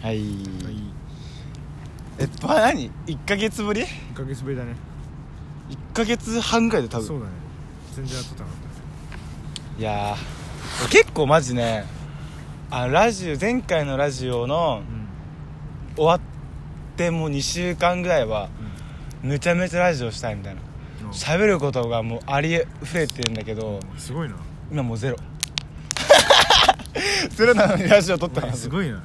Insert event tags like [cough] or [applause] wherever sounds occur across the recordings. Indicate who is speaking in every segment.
Speaker 1: はい
Speaker 2: はい
Speaker 1: えっと何1ヶ月ぶり
Speaker 2: 1ヶ月ぶりだね
Speaker 1: ?1 ヶ月半ぐらいで多
Speaker 2: そ
Speaker 1: 分
Speaker 2: うだね全然当たってなかっ
Speaker 1: いやー結構マジねあラジオ前回のラジオの
Speaker 2: たうん
Speaker 1: 終わってもう2週間ぐらいはめちゃめちゃラジオしたいみたいな
Speaker 2: うんうん
Speaker 1: 喋ることがもうありふれてるんだけど
Speaker 2: すごいな
Speaker 1: 今もうゼロ [laughs] ゼロなのにラジオ撮った
Speaker 2: お前
Speaker 1: ら
Speaker 2: すごいな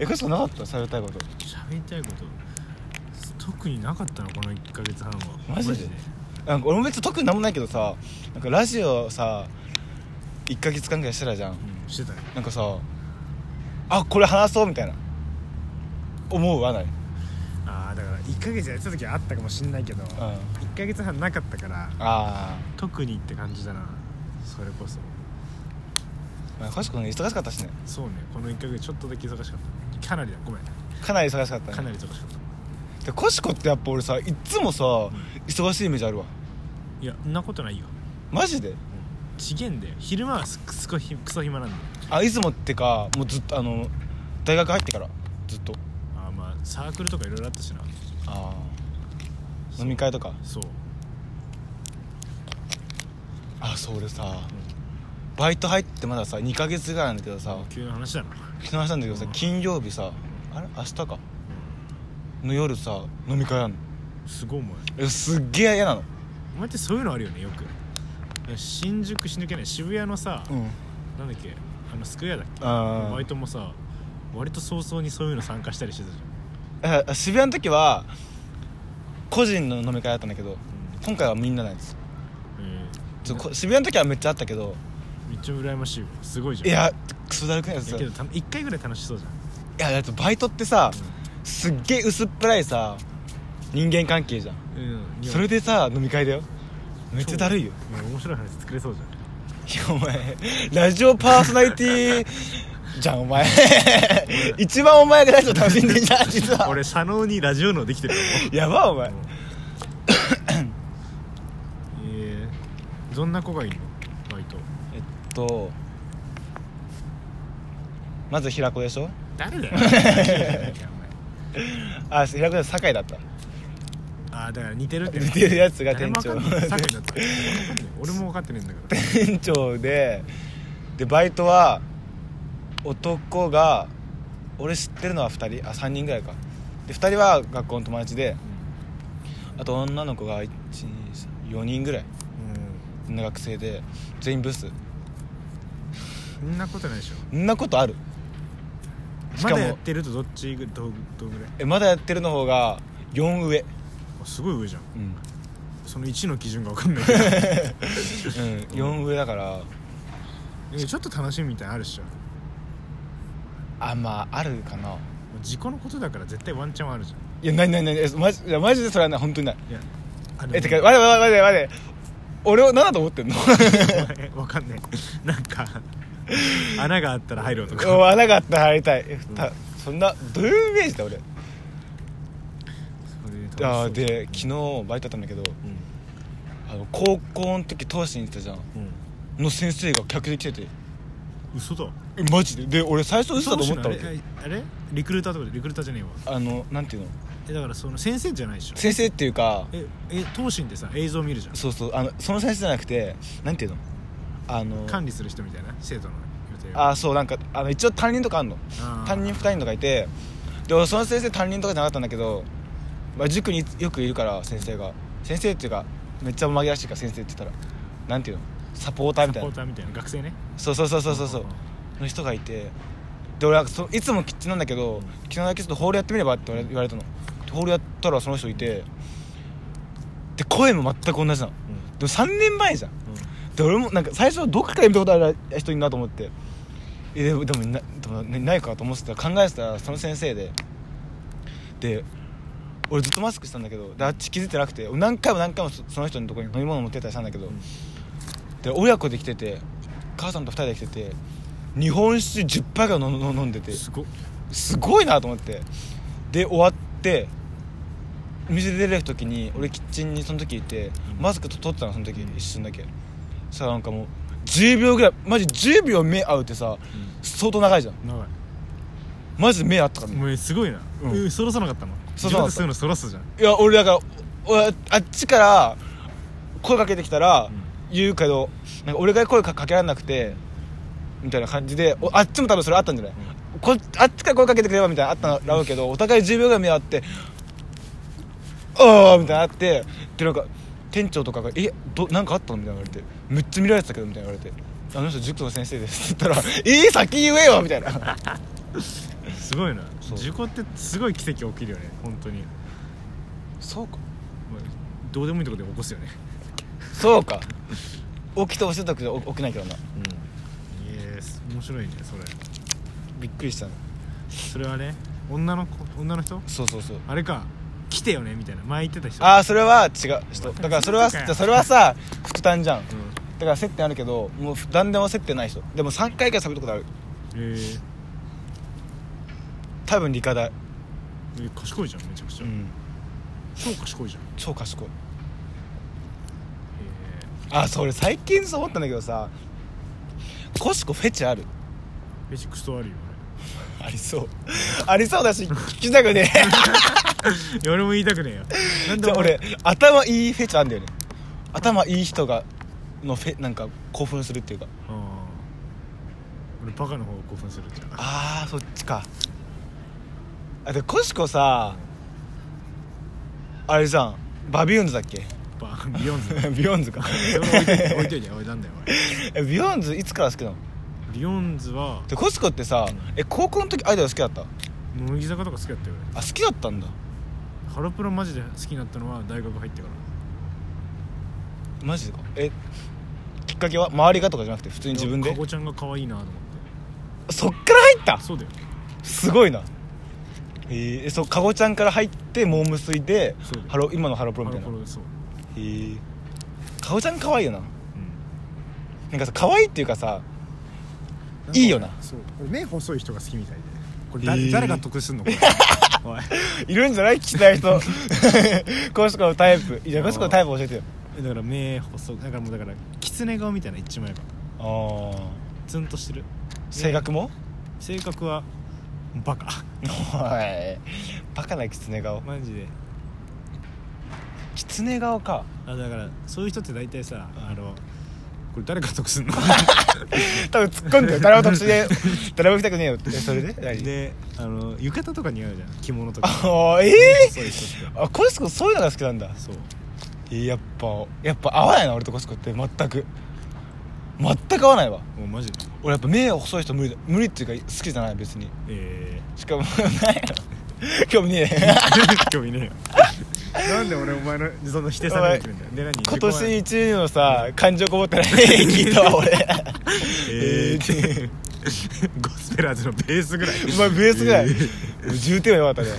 Speaker 1: えこれしかなかった喋りたいこと
Speaker 2: 喋りたいこと特になかったなこの1ヶ月半は
Speaker 1: マジでなんか俺も別に特になんもないけどさなんかラジオさ1ヶ月間ぐらいしてたじゃん
Speaker 2: うんしてたね
Speaker 1: なんかさあこれ話そうみたいな思うわない、うん、
Speaker 2: ああだから1ヶ月やってた時はあったかもしんないけど1
Speaker 1: あ
Speaker 2: ヶ月半なかったから
Speaker 1: あ
Speaker 2: 特にって感じだなそれこそ
Speaker 1: まあかしこね忙しかったしね
Speaker 2: そうねこの1ヶ月ちょっとだけ忙しかったかなりだごめん
Speaker 1: かなり忙しかったね
Speaker 2: かなり忙しかった
Speaker 1: でコシコってやっぱ俺さいっつもさ忙しいイメージあるわ
Speaker 2: いやそんなことないよ
Speaker 1: マジで
Speaker 2: ちげんだよ昼間はすすこひクソ暇なんだよ
Speaker 1: あ出雲ってかもうずっとあの大学入ってからずっと
Speaker 2: あーまあサークルとかいろいろあったしな
Speaker 1: ああ飲み会とか
Speaker 2: そう
Speaker 1: あそう俺さ、バイト入ってまださ2ヶ月ぐらいなんだけどさ
Speaker 2: 急な話だな
Speaker 1: 昨日話したんだけどさ
Speaker 2: うん
Speaker 1: 金曜日さあれ明日かの夜さ飲み会あんの
Speaker 2: すごいお前
Speaker 1: えすっげえ嫌なの
Speaker 2: お前ってそういうのあるよねよく新宿死ぬけない渋谷のさ、
Speaker 1: うん
Speaker 2: なんだっけあのスクエアだっけ
Speaker 1: あー
Speaker 2: バイトもさ割と早々にそういうの参加したりしてたじ
Speaker 1: え渋谷の時は個人の飲み会だったんだけど
Speaker 2: ゃ
Speaker 1: 今回はみんななんです
Speaker 2: ん、うんえ
Speaker 1: ちょこ渋谷の時はめっちゃあったけど
Speaker 2: ーめっちゃ羨ましいわすごいじゃん
Speaker 1: いやクソだるくないです
Speaker 2: いや
Speaker 1: い
Speaker 2: けどた1回ぐらい楽しそうじゃん
Speaker 1: やだってバイトってさすっげえ薄っぺらいさ人間関係じゃん
Speaker 2: うん
Speaker 1: それでさ飲み会だよめっちゃだるいよ
Speaker 2: や面白い話作れそうじゃん
Speaker 1: いやお前ラジオパーソナリティ
Speaker 2: [laughs]
Speaker 1: じゃんお前一番お前がラジオ楽しんでんじゃん実は
Speaker 2: 俺佐野にラジオのできてる
Speaker 1: やばお前
Speaker 2: ええどんな子がいるのバイト
Speaker 1: えっとまず平子でしょ
Speaker 2: 誰
Speaker 1: [laughs]
Speaker 2: だよ
Speaker 1: あ平子で酒井だった
Speaker 2: ああだから似てるって
Speaker 1: 似てるやつが
Speaker 2: 誰
Speaker 1: 店長
Speaker 2: もわかんない酒井だった俺も分かってねえんだから
Speaker 1: [laughs] 店長ででバイトは男が俺知ってるのは2人あ3人ぐらいかで2人は学校の友達であと女の子が4人ぐらい
Speaker 2: う
Speaker 1: み
Speaker 2: ん
Speaker 1: んな学生で全員ブス
Speaker 2: そんなことないでしょ
Speaker 1: そんなことあるし
Speaker 2: ま
Speaker 1: か
Speaker 2: だやっ
Speaker 1: も
Speaker 2: てるとどっちぐどうどうぐらい
Speaker 1: えまだやってるの方が4上
Speaker 2: あすごい上じゃん
Speaker 1: うん、うん、
Speaker 2: その1の基準が分かんない
Speaker 1: [laughs]
Speaker 2: けど
Speaker 1: 4上だから
Speaker 2: えちょっと楽しみみたいなのあるっしょも
Speaker 1: あまああるかな
Speaker 2: う自己のことだから絶対ワンチャンはあるじゃ
Speaker 1: いやないないないえマジいやマジでそれはない本当にない
Speaker 2: んいやあ
Speaker 1: えてか待て待て待て待て俺を何だと思ってんの
Speaker 2: [laughs] わかんねえなん
Speaker 1: [laughs]
Speaker 2: か穴があったら入ろうと
Speaker 1: お
Speaker 2: か
Speaker 1: 穴があったら入りたいえたそんなどういうイメージだ俺あーで昨日バイトだったんだけど
Speaker 2: う
Speaker 1: あの高校の時東進に行ってたじゃん
Speaker 2: ん、うん、
Speaker 1: の先生が客で来てて
Speaker 2: 嘘だ
Speaker 1: えマジでで俺最初嘘だと思ったわ
Speaker 2: あ
Speaker 1: け
Speaker 2: れあれリクルーターとかでリクルーターじゃねえわ
Speaker 1: あのなんていうの
Speaker 2: えだからその先生じゃないでしょ
Speaker 1: 先生っていうか
Speaker 2: ええ東進ってさ映像見るじゃん
Speaker 1: そうそうあのその先生じゃなくてなんていうのあの
Speaker 2: 管理する人みたいな生徒の予定を
Speaker 1: あそうなんかあの一応担任とかあんの
Speaker 2: あー
Speaker 1: 担任2人とかいてで俺その先生担任とかじゃなかったんだけど、まあ、塾によくいるから先生が先生っていうかめっちゃ紛らわしいから先生って言ったらなんていうのサポーターみた
Speaker 2: サ
Speaker 1: い
Speaker 2: ポ
Speaker 1: な
Speaker 2: ーターみたいな学生ね
Speaker 1: そうそうそうそうそうそうの人がいてで俺はそいつもキッチンなんだけど昨日だけちょっとホールやってみればって言われたのでホールやったらその人いてで声も全く同じなの
Speaker 2: うんうん
Speaker 1: でも3年前じゃんで俺もなんか最初どっかから見たことある人いるなと思ってえでもでもなでもなないかと思ってたら考えてたらその先生でで俺ずっとマスクしてたんだけどであっち気づいてなくて俺何回も何回もそその人のとこに飲み物持ってったりしたんだけど、
Speaker 2: うん
Speaker 1: で親子で来てて母さんと二人で来てて日本酒10杯ぐらいのの飲んで
Speaker 2: う
Speaker 1: て
Speaker 2: んすごっ
Speaker 1: すごいなと思ってで終わって水で出る時に俺キッチンにその時いて
Speaker 2: うん
Speaker 1: マスクと取ってたのその時
Speaker 2: うん
Speaker 1: 一瞬だけそしたらなんかもう10秒ぐらいマジ10秒目合うってさ
Speaker 2: う
Speaker 1: 相当長いじゃん
Speaker 2: ん長い
Speaker 1: マジで目あったからね
Speaker 2: もうすごいな、
Speaker 1: うん
Speaker 2: うん、そらさなかったの
Speaker 1: そ
Speaker 2: 自
Speaker 1: らさなかっ
Speaker 2: 分
Speaker 1: た
Speaker 2: でそういうのそらすじゃん
Speaker 1: いや俺だからおおあっちから声かけてきたら言うけど、なんか俺が声かかけられなくてみたいな感じでおあっちも多分それあったんじゃない、こあっちから声かけてくればみたいなのあったらうけどお互い10秒ぐらい目合って「ああ」みたいなのあってでなんか店長とかが「えどなんかあったの?」みたいな言われて「めっちゃ見られてたけど」みたいな言われて「あの人塾の先生です」って言 [laughs] ったら「えー、先言えよ」みたいな [laughs]
Speaker 2: すごいな
Speaker 1: そう
Speaker 2: 事故ってすごい奇跡起きるよね本当に
Speaker 1: そうか
Speaker 2: まあどうでもいいとこで起こすよね
Speaker 1: そうか起きてほしいときじゃ起起きないけどな
Speaker 2: うんいやー面白いねそれ
Speaker 1: びっくりしたの
Speaker 2: それはね女の子女の人
Speaker 1: そうそうそう
Speaker 2: あれか来てよねみたいな前言ってた人
Speaker 1: ああそれは違う人だからそれは
Speaker 2: そうか
Speaker 1: じゃあそれはさ副担じゃんだ
Speaker 2: うん
Speaker 1: から接点あるけどもう何でも接点ない人でも3回から喋ったことある
Speaker 2: えー
Speaker 1: 多分理科大
Speaker 2: えー賢いじゃんめちゃくち
Speaker 1: う
Speaker 2: ゃ、
Speaker 1: ん
Speaker 2: 超賢いじゃん
Speaker 1: 超賢い
Speaker 2: え
Speaker 1: ああそれ最近そう思ったんだけどさコシコフェチある
Speaker 2: ー、ベジクソあるよ
Speaker 1: ありそうありそうだし聞きたくねえ [laughs]
Speaker 2: 俺いや俺も言いたくねえよなん
Speaker 1: じ
Speaker 2: で
Speaker 1: ゃあ
Speaker 2: お前
Speaker 1: 俺頭いいフェチあんだよね頭いい人がのフェなんか興奮するっていうか
Speaker 2: あー俺バカの方が興奮するじゃん
Speaker 1: ああそっちかあでコシコさあれじゃんバビューンズだっけ
Speaker 2: バ [laughs] ビヨンズ
Speaker 1: ビヨーンズか
Speaker 2: それ置いといて置いといておいなんだよ
Speaker 1: [laughs] えビヨーンズいつから好きなの
Speaker 2: 俺ビヨンズは
Speaker 1: でコシコってさえ高校の時アイドル好きだった
Speaker 2: 乃木坂とか好きだったよ
Speaker 1: あ好きだったんだ
Speaker 2: 俺ハロプロマジで好きになったのは大学入ってから
Speaker 1: マジでかえきっかけは周りがとかじゃなくて普通に自分で
Speaker 2: かごちゃんが可愛いなと思って
Speaker 1: そっから入った
Speaker 2: そうだよ
Speaker 1: すごいなえーえそうかごちゃんから入ってモームスイで
Speaker 2: そうだよ
Speaker 1: ハロ今のハロプロ
Speaker 2: ハ
Speaker 1: みた
Speaker 2: ロ
Speaker 1: いな
Speaker 2: プロそう
Speaker 1: へえかごちゃん可愛いよな
Speaker 2: うん
Speaker 1: なんかさ可愛いっていうかさいいよな
Speaker 2: そう俺目細い人が好きみたいでこれ
Speaker 1: え
Speaker 2: 誰
Speaker 1: ー
Speaker 2: 誰が得すんのこれ [laughs] おい
Speaker 1: [laughs] いるんじゃない聞きたい人 [laughs] コシコのタイプいやコシコのタイプ教えてよ
Speaker 2: だから目細いだからもうだから狐顔みたいな一枚が
Speaker 1: ああ
Speaker 2: ツンとしてる
Speaker 1: 性格も
Speaker 2: 性格はバカ [laughs]
Speaker 1: おいバカなキツネ顔
Speaker 2: マジで
Speaker 1: キツネ顔か
Speaker 2: あだからそういう人って大体さあのこれ誰が得すん [laughs] の
Speaker 1: 多分突っ込んでよ誰も特殊で [laughs] 誰も行きたくねえよってそれで何
Speaker 2: であの浴衣とか似合うじゃん着物とか
Speaker 1: ああえ
Speaker 2: そういう人って [laughs]
Speaker 1: ー、あコシコそういうのが好きなんだ
Speaker 2: そう
Speaker 1: えーやっぱやっぱ合わないな俺とコシコって全く全く合わないわ
Speaker 2: もうマジで
Speaker 1: 俺やっぱ目細い人無理だ無理っていうか好きじゃない別に
Speaker 2: え
Speaker 1: しかもないよ興味ねえ
Speaker 2: [laughs] ー、興味ねえよなんで俺お前のその否定されてるんだよで何
Speaker 1: 今年
Speaker 2: 自己
Speaker 1: 一年のさ感情こもってない聞い [laughs] たわ俺
Speaker 2: 満
Speaker 1: え
Speaker 2: え
Speaker 1: ーって
Speaker 2: ー、 [laughs] ゴスペラーズのベースぐらい
Speaker 1: お前ベースぐらい
Speaker 2: えー
Speaker 1: 重点はよか [laughs] ったね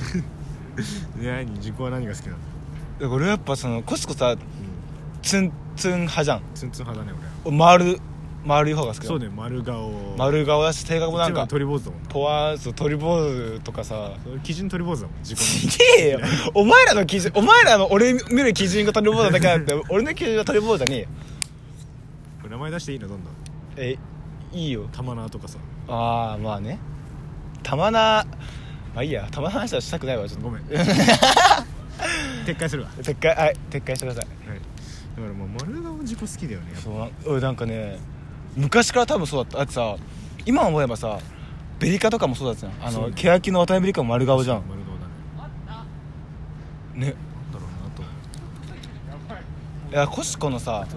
Speaker 2: で何自己は何が好きな
Speaker 1: だ
Speaker 2: の、
Speaker 1: から俺やっぱそのコシコさ
Speaker 2: う
Speaker 1: ツンツン派じゃん
Speaker 2: ん、ツンツン派だね
Speaker 1: 俺丸丸い方が好きだ
Speaker 2: 俺そうね丸顔
Speaker 1: 丸顔だし性格もなん
Speaker 2: 一番
Speaker 1: か
Speaker 2: 鳥坊主だもんな
Speaker 1: ポワーズ鳥坊主とかさ
Speaker 2: それ基準鳥坊主だもん自己
Speaker 1: ちげえよお前らの基準お前らの俺見る基準が鳥坊主だけあって俺の基準は鳥坊主じゃねえよ
Speaker 2: これ名前出していいのどんどん
Speaker 1: えいいよ
Speaker 2: 玉縄とかさ
Speaker 1: ああまあねたまなまあいいやたまな話はしたくないわちょっ [laughs]
Speaker 2: ごめん撤回するわ、
Speaker 1: と撤回はい撤回してください
Speaker 2: だからもう丸顔自己好きだよねやっぱ
Speaker 1: そうな俺なんかね昔から多分そうだったあってさ今思えばさベリカとかもそうだったじゃんあ
Speaker 2: そう
Speaker 1: の、
Speaker 2: ね
Speaker 1: 欅の渡辺ベリカも丸顔じゃん
Speaker 2: 丸顔だ
Speaker 1: ね
Speaker 2: ねなんだろうなと思
Speaker 1: いやコシコのさ
Speaker 2: う、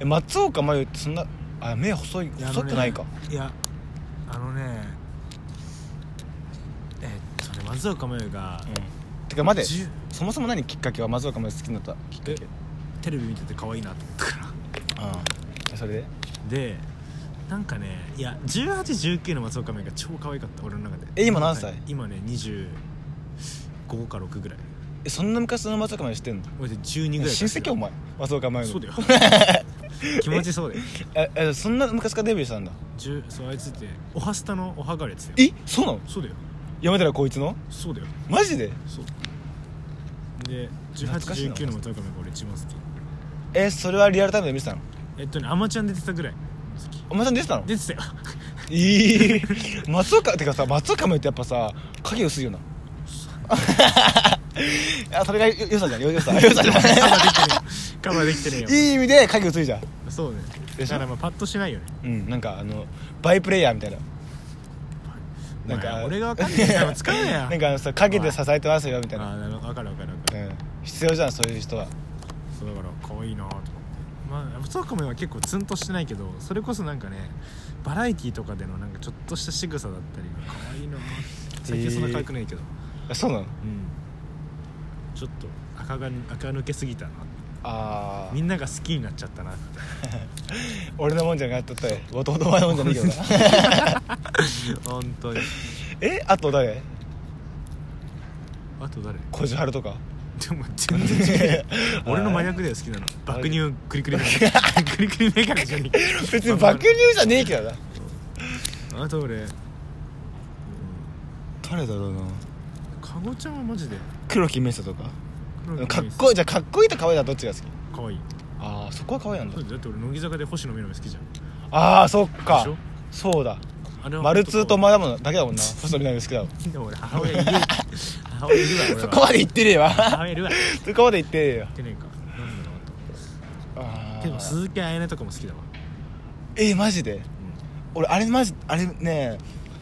Speaker 1: え松岡真優ってそんなあ目細い細くないか
Speaker 2: いやあのねえっとね松岡茉優が、
Speaker 1: うんてか待て
Speaker 2: じゅ
Speaker 1: そもそも何きっかけは松岡真優好きになったきっかけ
Speaker 2: えテレビ見てて可愛いなと思ったから
Speaker 1: うんそれで
Speaker 2: [laughs] でなんかねいや1819の松岡茉優が超可愛かった俺の中で
Speaker 1: え今何歳
Speaker 2: 今ね25か6ぐらい
Speaker 1: えそんな昔の松岡真優知ってんの
Speaker 2: 俺で12ぐらい
Speaker 1: 親戚お前松岡真優の
Speaker 2: そうだよ
Speaker 1: [laughs]
Speaker 2: 気持ちそうだよ
Speaker 1: ええそんな昔からデビューしたんだ
Speaker 2: 10そうあいつっておはスタのおはがれつよ
Speaker 1: えそうなの
Speaker 2: そうだよ
Speaker 1: 山寺宏一の
Speaker 2: そうだよ
Speaker 1: マジで
Speaker 2: そうで
Speaker 1: 懐かしいな
Speaker 2: 1819の松岡芽が俺一番好き
Speaker 1: えそれはリアルタイムで見てたの
Speaker 2: えっとねアマちゃん出てたぐらい好
Speaker 1: [laughs]
Speaker 2: き
Speaker 1: お前さん出てたの
Speaker 2: 出てたよ
Speaker 1: いい松岡てかさ松岡もってやっぱさ影薄いよな [laughs] あそれがよ良さじゃん [laughs] よ良さ良さじゃん
Speaker 2: カバーできてねえよカバーできてねえよ
Speaker 1: いい意味で影薄いじゃん
Speaker 2: そうね
Speaker 1: で
Speaker 2: だ
Speaker 1: しょ
Speaker 2: からまあパッとしないよね
Speaker 1: うんなんかあのバイプレイヤーみたいななん
Speaker 2: お
Speaker 1: か
Speaker 2: 前俺が分かんねえ
Speaker 1: [laughs]
Speaker 2: から使うなよ
Speaker 1: なんかあのさ陰で支えてますよみたい
Speaker 2: あ
Speaker 1: な、
Speaker 2: あなるほど分かる分かる分
Speaker 1: うん、
Speaker 2: かる、
Speaker 1: 必要じゃんそういう人は
Speaker 2: そうだから可愛いなと思ってまあそうかも今結構ツンとしてないけどそれこそなんかねバラエティーとかでのなんかちょっとした仕草だったり可愛いなって最近そんな可愛くないけど、
Speaker 1: あそうなの
Speaker 2: うんちょっと赤が赤抜けすぎたな
Speaker 1: あ
Speaker 2: みんなが好きになっちゃったなって
Speaker 1: [laughs] 俺のもんじゃなかったって弟お前のもんじゃないけどな [laughs]
Speaker 2: 本当に
Speaker 1: えあと誰
Speaker 2: あと誰
Speaker 1: 小じはると [laughs] か
Speaker 2: でも全然
Speaker 1: [laughs]
Speaker 2: 違う俺の真逆だよ好きなの爆乳クリクリメガネクリクリメガネじゃねえか
Speaker 1: 別に爆乳じゃねえけどな
Speaker 2: あと俺うん
Speaker 1: 誰だろうな
Speaker 2: かごちゃんはマジで
Speaker 1: 黒木メサとか
Speaker 2: 黒木
Speaker 1: かっ
Speaker 2: メイさ
Speaker 1: こいいじゃあかっこいいと可愛いのはどっちが好き
Speaker 2: んかわいい
Speaker 1: ああそこは可愛いなんだ
Speaker 2: そうだよだって俺乃木坂で星野みなみ好きじゃん
Speaker 1: ああそっか
Speaker 2: でしょ
Speaker 1: そうだ
Speaker 2: あれは
Speaker 1: マルツーとマ
Speaker 2: だ
Speaker 1: ダムだけだもんな細見なみ好きだもん
Speaker 2: でも俺母親
Speaker 1: [laughs]
Speaker 2: いる母親いるわ俺
Speaker 1: そ
Speaker 2: は
Speaker 1: こまで言ってねえわ [laughs]
Speaker 2: 母親いるわ言
Speaker 1: そこまで言ってねえよ
Speaker 2: ってねえかなんだろう
Speaker 1: あー
Speaker 2: あとでも鈴木彩音とかも好きだわ
Speaker 1: えー、マジで
Speaker 2: うん
Speaker 1: 俺あれマジあれね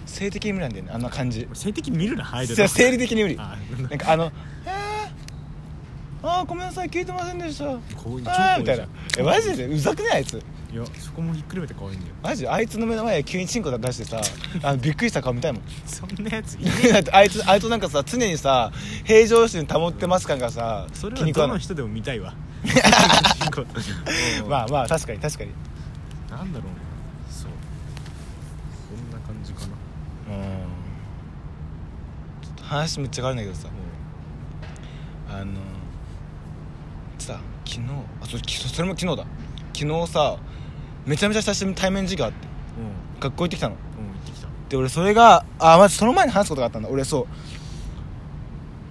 Speaker 1: 性的に無理なんだよねあんな感じ
Speaker 2: 俺性的見るなアイド
Speaker 1: そ
Speaker 2: ル
Speaker 1: う生理的に無理な
Speaker 2: あ
Speaker 1: んかあの「えー、あーごめんなさい聞いてませんでした」
Speaker 2: こういう超
Speaker 1: あーみたい
Speaker 2: こういうじゃん
Speaker 1: なえマジでうざくないあいつ
Speaker 2: いやそこもひっくるめて可愛いんだよ
Speaker 1: マジあいつの目の前で急にチンコ出してさあのびっくりした顔見たいもん
Speaker 2: そんなやついね
Speaker 1: だ [laughs] ってあいつあいつなんかさ常にさ平常心保ってます感がさ
Speaker 2: えそれ
Speaker 1: 気に
Speaker 2: は
Speaker 1: 食わ
Speaker 2: ど
Speaker 1: な
Speaker 2: の
Speaker 1: い
Speaker 2: 人でも見たいわ
Speaker 1: ま
Speaker 2: ま
Speaker 1: あ [laughs] まあ確かに確かに
Speaker 2: あなんだろうねそうこんな感じかなも
Speaker 1: うんちょっと話めっちゃ変わるんだけどさあのさ昨日あそうきそれも昨日だ昨日さめちゃめちゃ久しぶりに対面授業あって
Speaker 2: ううん
Speaker 1: 学校行ってきたの
Speaker 2: うん行ってきた
Speaker 1: で俺それがあまずその前に話すことがあったんだ俺そう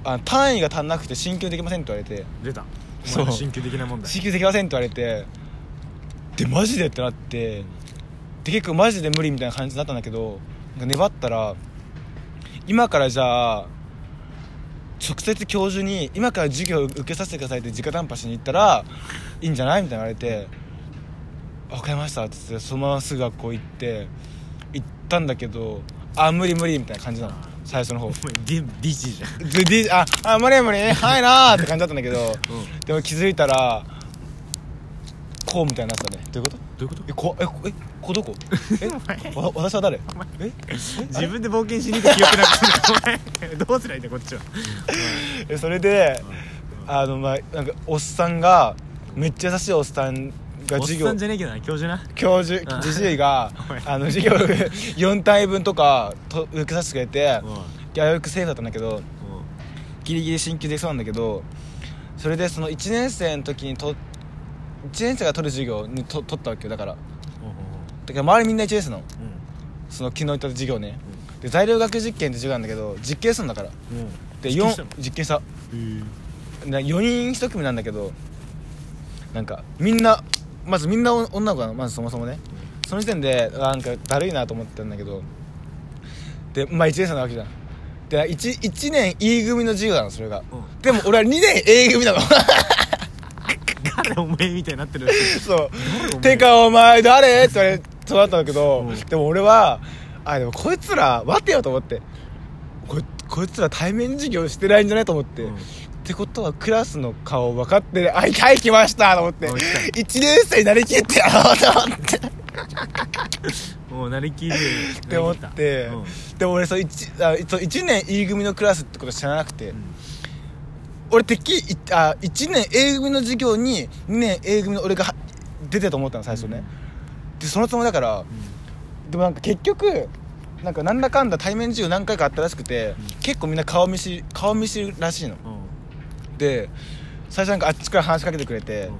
Speaker 1: あ単位が足んなくて進級できませんって言われて
Speaker 2: 出たお
Speaker 1: そう
Speaker 2: 前の神経的な問題
Speaker 1: 進級できませんって言われてでマジでってなってで結構マジで無理みたいな感じになったんだけどなんか粘ったら今からじゃあ直接教授に今から授業を受けさせてくださいって直談判しに行ったらいいんじゃないみたいな言われて「分かりました」って言ってそのまますぐ学校行って行ったんだけど「あ無理無理」みたいな感じなの最初の方
Speaker 2: お前デビジじゃん
Speaker 1: ででああ無理無理はいなーって感じだったんだけど
Speaker 2: うんど
Speaker 1: でも気づいたらこうみたいになってたねどういうこと
Speaker 2: ういうこと
Speaker 1: えこえこえこどこえわ私は誰え
Speaker 2: 自分で冒険しに行った記憶なくなるお前どうすりゃいいんだこっちは
Speaker 1: えそれであのまあなんかおっさんがめっちゃ優しいおっさんが
Speaker 2: おっ
Speaker 1: 授業
Speaker 2: さんじゃねえけどな教授な
Speaker 1: 教授
Speaker 2: うん
Speaker 1: じじいが
Speaker 2: おい
Speaker 1: あの授業4単位分とかと受けさせてくれて
Speaker 2: うんうん
Speaker 1: 危うくセーフだったんだけどギリギリ進級できそうなんだけどそれでその1年生の時にと1年生が取る授業にと取ったわけよだから
Speaker 2: うん
Speaker 1: だから周りみんな1年生なの
Speaker 2: うん
Speaker 1: その昨日行った授業ねで材料学実験って授業なんだけど実験するんだから
Speaker 2: うんうん
Speaker 1: で
Speaker 2: 実験した
Speaker 1: 4
Speaker 2: の
Speaker 1: 実験した
Speaker 2: へ
Speaker 1: な4人1組なんだけどなんかみんなまずみんなお女の子なのまずそもそもねその時点であなんかだるいなと思ってたんだけどでまあ1年生なわけじゃんで 1, 1年 E 組の授業なのそれが、
Speaker 2: うん
Speaker 1: でも俺は2年 A 組なの
Speaker 2: え誰お前みたいになってる
Speaker 1: そ
Speaker 2: 誰お
Speaker 1: う「て
Speaker 2: 前
Speaker 1: かお前誰?」って言われそうだったんだけど、
Speaker 2: うん
Speaker 1: でも俺はあでもこいつら待てよと思ってこいこいつら対面授業してないんじゃないと思って、
Speaker 2: うん
Speaker 1: ってことはクラスの顔分かってるあいはい来ましたと思って
Speaker 2: あ来た
Speaker 1: 1年生になりきってやろうと思
Speaker 2: [laughs]
Speaker 1: って
Speaker 2: もうなりきる
Speaker 1: って思って、
Speaker 2: うん
Speaker 1: でも俺そう 1, あそう一年 E 組のクラスってこと知らなくて、
Speaker 2: うん
Speaker 1: 俺てっきりいあ1年 A 組の授業に2年 A 組の俺がは出てたと思ったの最初ね、でそのつもりだからでもなんか結局なんかなんだかんだ対面授業何回かあったらしくて、
Speaker 2: うん
Speaker 1: 結構みんな顔見知り顔見知りらしいの
Speaker 2: うんうん
Speaker 1: で最初なんかあっちから話しかけてくれて、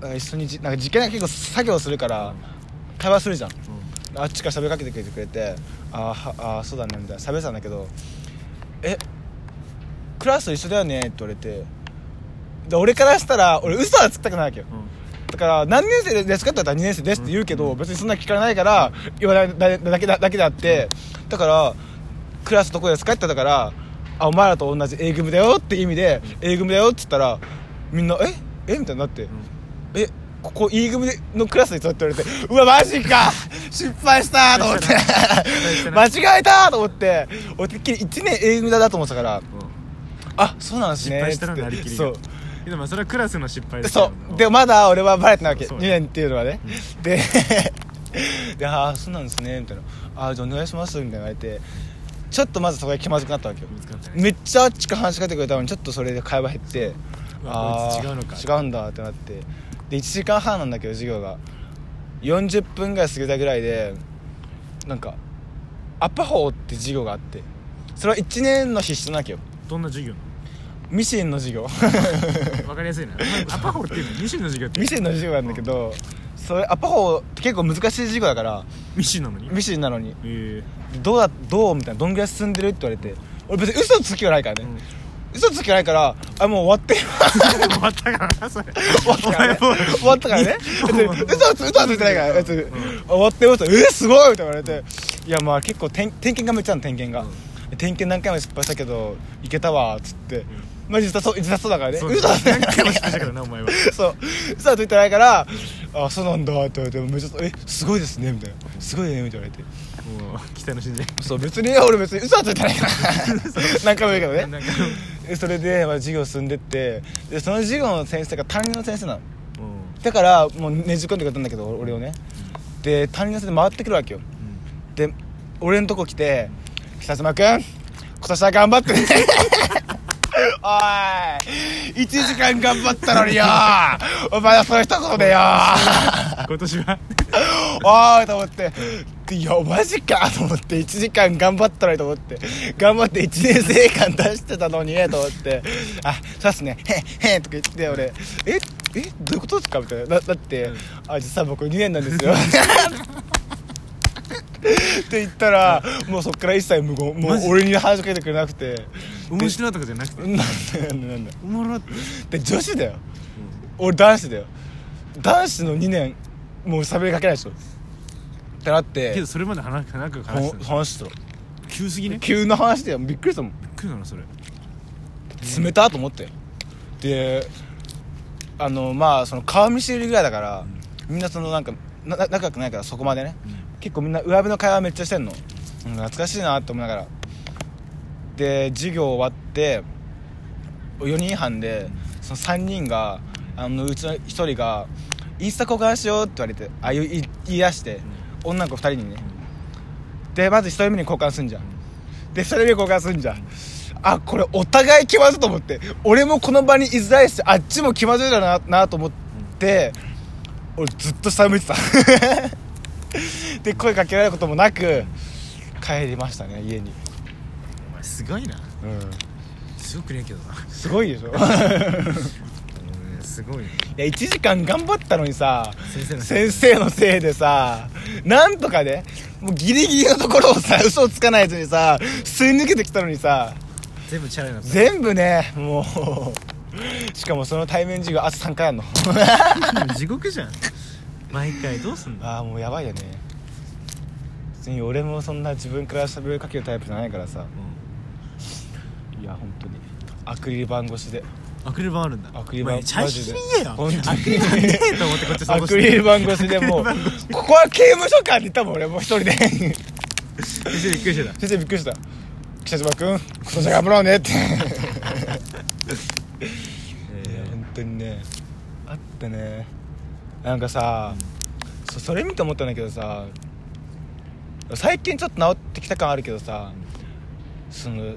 Speaker 2: うん
Speaker 1: なんか一緒にじなんか実験なんか結構作業するから、
Speaker 2: うん
Speaker 1: 会話するじゃんあっちから喋りかけてくれてあーはあーそうだねみたいな喋ってたんだけど「えクラス一緒だよね」って言われてで俺からしたら俺嘘はつきたくないわけよ
Speaker 2: うん
Speaker 1: だから何年生ですかって言ったら2年生ですって言うけど、別にそんな聞かれないから言わないだだけだだけであってだからクラスどこですかって言ったからあお前らと同じ A 組だよって意味で A 組だよって言ったらみんなええみたいになって、えここ E 組でのクラスに座って言われてうわマジか失敗したと思って
Speaker 2: してな
Speaker 1: 間違えたと思って俺てっきり1年 A 組だなと思ってたからあそうなんです
Speaker 2: 失
Speaker 1: ね
Speaker 2: 敗したの
Speaker 1: つっ
Speaker 2: な
Speaker 1: て
Speaker 2: りきり
Speaker 1: そ
Speaker 2: が
Speaker 1: う
Speaker 2: でもそれはクラスの失敗
Speaker 1: [laughs]
Speaker 2: だけ
Speaker 1: そ
Speaker 2: ど
Speaker 1: うでまだ俺はバレてないわけ
Speaker 2: そう
Speaker 1: 2
Speaker 2: だよ
Speaker 1: 年っていうのはね、でで「ああそうなんですね」みたいな「ああじゃあお願いします」みたいな言われてちょっとまずそこが気まずくなったわけよ
Speaker 2: 見つかったね
Speaker 1: めっちゃあっちから話しかけてくれたのにちょっとそれで会話減って
Speaker 2: うわこいつ
Speaker 1: ー
Speaker 2: 違うのか
Speaker 1: 違うんだってなってで1時間半なんだけど授業が40分ぐらい過ぎたぐらいでなんかアパホーって授業があってそれは1年の必須なわけよ
Speaker 2: どんな授業
Speaker 1: ミシンの授業
Speaker 2: なのわかりやすいなアパホっていうのミシンの授業って
Speaker 1: ミシンの授業なんだけどそれアパホーって結構難しい授業だから
Speaker 2: ミシンなのに
Speaker 1: ミシンなのに
Speaker 2: え
Speaker 1: どうだどうみたいなどんぐらい進んでるって言われて俺別に嘘つきはないから
Speaker 2: え
Speaker 1: ね、嘘つきはないからあもう終わってる
Speaker 2: [laughs] 終わったからなそれ
Speaker 1: 終わったからね終わったから
Speaker 2: [laughs]
Speaker 1: ね嘘はつ嘘はついてないから別に終わってましたえーすごいって言われていやまあ結構点点検がめっちゃあるの点検が、点検何回も失敗したけどいけたわっつって、まあ実はそう実はそうだからね
Speaker 2: そう
Speaker 1: 嘘はついて
Speaker 2: 何
Speaker 1: ない
Speaker 2: 回も失敗したからなお前は
Speaker 1: [laughs] そう嘘はついてないからあそうなんだって言われてめっちゃえすごいですねみたいなすごいねみたいな言われて
Speaker 2: もう期待の信じ
Speaker 1: そう別に俺別に嘘はついてないから何回も言うけどね
Speaker 2: なんか
Speaker 1: でそれで、まあ、授業進んでってでその授業の先生が担任の先生なの
Speaker 2: うんうん
Speaker 1: だからもうねじ込んでくれたんだけど俺をねで担任の先生回ってくるわけよで俺のとこ来て「北島君今年は頑張ってね」おい1時間頑張ったのによお前はそういう一言でよ
Speaker 2: 今年は
Speaker 1: おいと思っていやマジかと思って1時間頑張ったのにと思って頑張って1年生間出してたのにねと思ってあそうっすねへんへんとか言って俺ええどういうことですかみたいなだだって、
Speaker 2: うん
Speaker 1: あ実は僕2年なんです
Speaker 2: [laughs]
Speaker 1: よって言ったらもうそっから一切無言も
Speaker 2: マ
Speaker 1: う
Speaker 2: ジ
Speaker 1: 俺に話しかけてくれなくて
Speaker 2: 面白いとかじゃなくて
Speaker 1: なんだなんだなんだ
Speaker 2: おもろって
Speaker 1: で女子だよ俺男子だよ男子の2年もう喋りかけないでしょってなって
Speaker 2: けどそれまで話なんか話してたの
Speaker 1: 話した
Speaker 2: 急すぎねびっ
Speaker 1: 急な話だよびっくりしたもん
Speaker 2: くりだなそれ
Speaker 1: 冷たと思ってであのまあその顔見知りぐらいだからみんなそのなんかなな仲良くないからそこまでね結構みんな上辺の会話めっちゃしてんの、うん、懐かしいなって思いながらで授業終わって4人班でその3人があのうちの1人が「インスタ交換しよう」って言われてああいう言い言い出して女の子2人にねでまず1人目に交換すんじゃんで2人目に交換すんじゃんあこれお互い気まずいと思って俺もこの場に居づらいしあっちも気まずいだななと思って俺ずっと下向いてた [laughs] で声かけられることもなく帰りましたね家に、
Speaker 2: お前すごいなすごくねえけどな
Speaker 1: すごいでしょ [laughs] い
Speaker 2: うんすごいね
Speaker 1: や1時間頑張ったのにさ
Speaker 2: 先生の
Speaker 1: [laughs] 先生のせいでさなんとかねもうギリギリのところをさ [laughs] 嘘をつかないずにさ吸い抜けてきたのにさ
Speaker 2: 全部チャラになった
Speaker 1: 全部ねもう [laughs] しかもその対面授業あと3回あんの
Speaker 2: 地
Speaker 1: [laughs]
Speaker 2: 獄じゃん毎回どうすんだ
Speaker 1: ああもうやばいよね別に俺もそんな自分から喋りかけるタイプじゃないからさいや本当にアクリル板越しで
Speaker 2: アクリル板あるんだ
Speaker 1: アクリル
Speaker 2: お前
Speaker 1: 板
Speaker 2: チャ
Speaker 1: マ
Speaker 2: イ
Speaker 1: ジ
Speaker 2: シ
Speaker 1: で
Speaker 2: に言えよ
Speaker 1: 本当に
Speaker 2: アクリル板ねえと思ってこっち
Speaker 1: ア
Speaker 2: 探して
Speaker 1: クリル板越しでもうここは刑務所かって言ったもん俺もう一人で [laughs] 先
Speaker 2: 先生びっくりしてた
Speaker 1: 生びっくりした北島君今年は頑張ろうねっていや本当にねあったねなんかさ、そそれ見て思ったんだけどさ最近ちょっと治ってきた感あるけどさ、その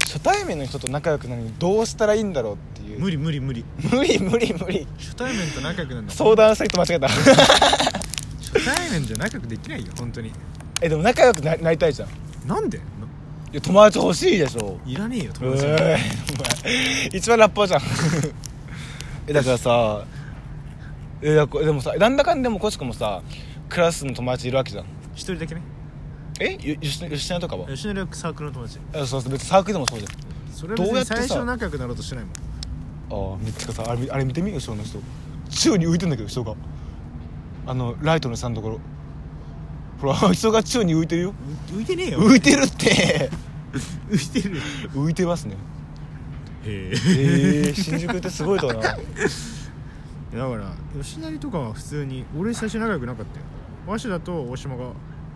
Speaker 1: 初対面の人と仲良くなるにどうしたらいいんだろうっていう
Speaker 2: 無理無理無理
Speaker 1: 無理無理無理
Speaker 2: 初対面と仲良くなるの
Speaker 1: 相談した人間違えた [laughs]
Speaker 2: 初対面じゃ仲良くできないよ本当に
Speaker 1: えでも仲良くななりたいじゃんい
Speaker 2: なんでな
Speaker 1: や友達欲しいでしょ
Speaker 2: いらねえよ
Speaker 1: う
Speaker 2: 友達なんて
Speaker 1: ーいお前一番ラッパー [laughs] じゃんえだからさえだからでもさなんだかんだでもコシコもさクラスの友達いるわけじゃん
Speaker 2: 一人だけね
Speaker 1: えゆ吉野吉野とかは
Speaker 2: 吉野亮サークルの友達
Speaker 1: えそうそう別にサークルでもそうじゃん
Speaker 2: それは
Speaker 1: どうや
Speaker 2: 別
Speaker 1: っ
Speaker 2: に
Speaker 1: てさ
Speaker 2: 最初仲良くなろうとしないもん
Speaker 1: ああめっちゃさあれあれ見てみよう後ろの人宙に浮いてんだけど人があのライトの下のところほら [laughs] 人が宙に浮いてるよ
Speaker 2: 浮いてねえよ
Speaker 1: 浮いてるって
Speaker 2: 浮いてる
Speaker 1: [laughs] 浮いてますね
Speaker 2: へ
Speaker 1: えー、新宿ってすごいだな
Speaker 2: えだから吉成とかは普通に俺最初仲良くなかったよ鷲田と大島が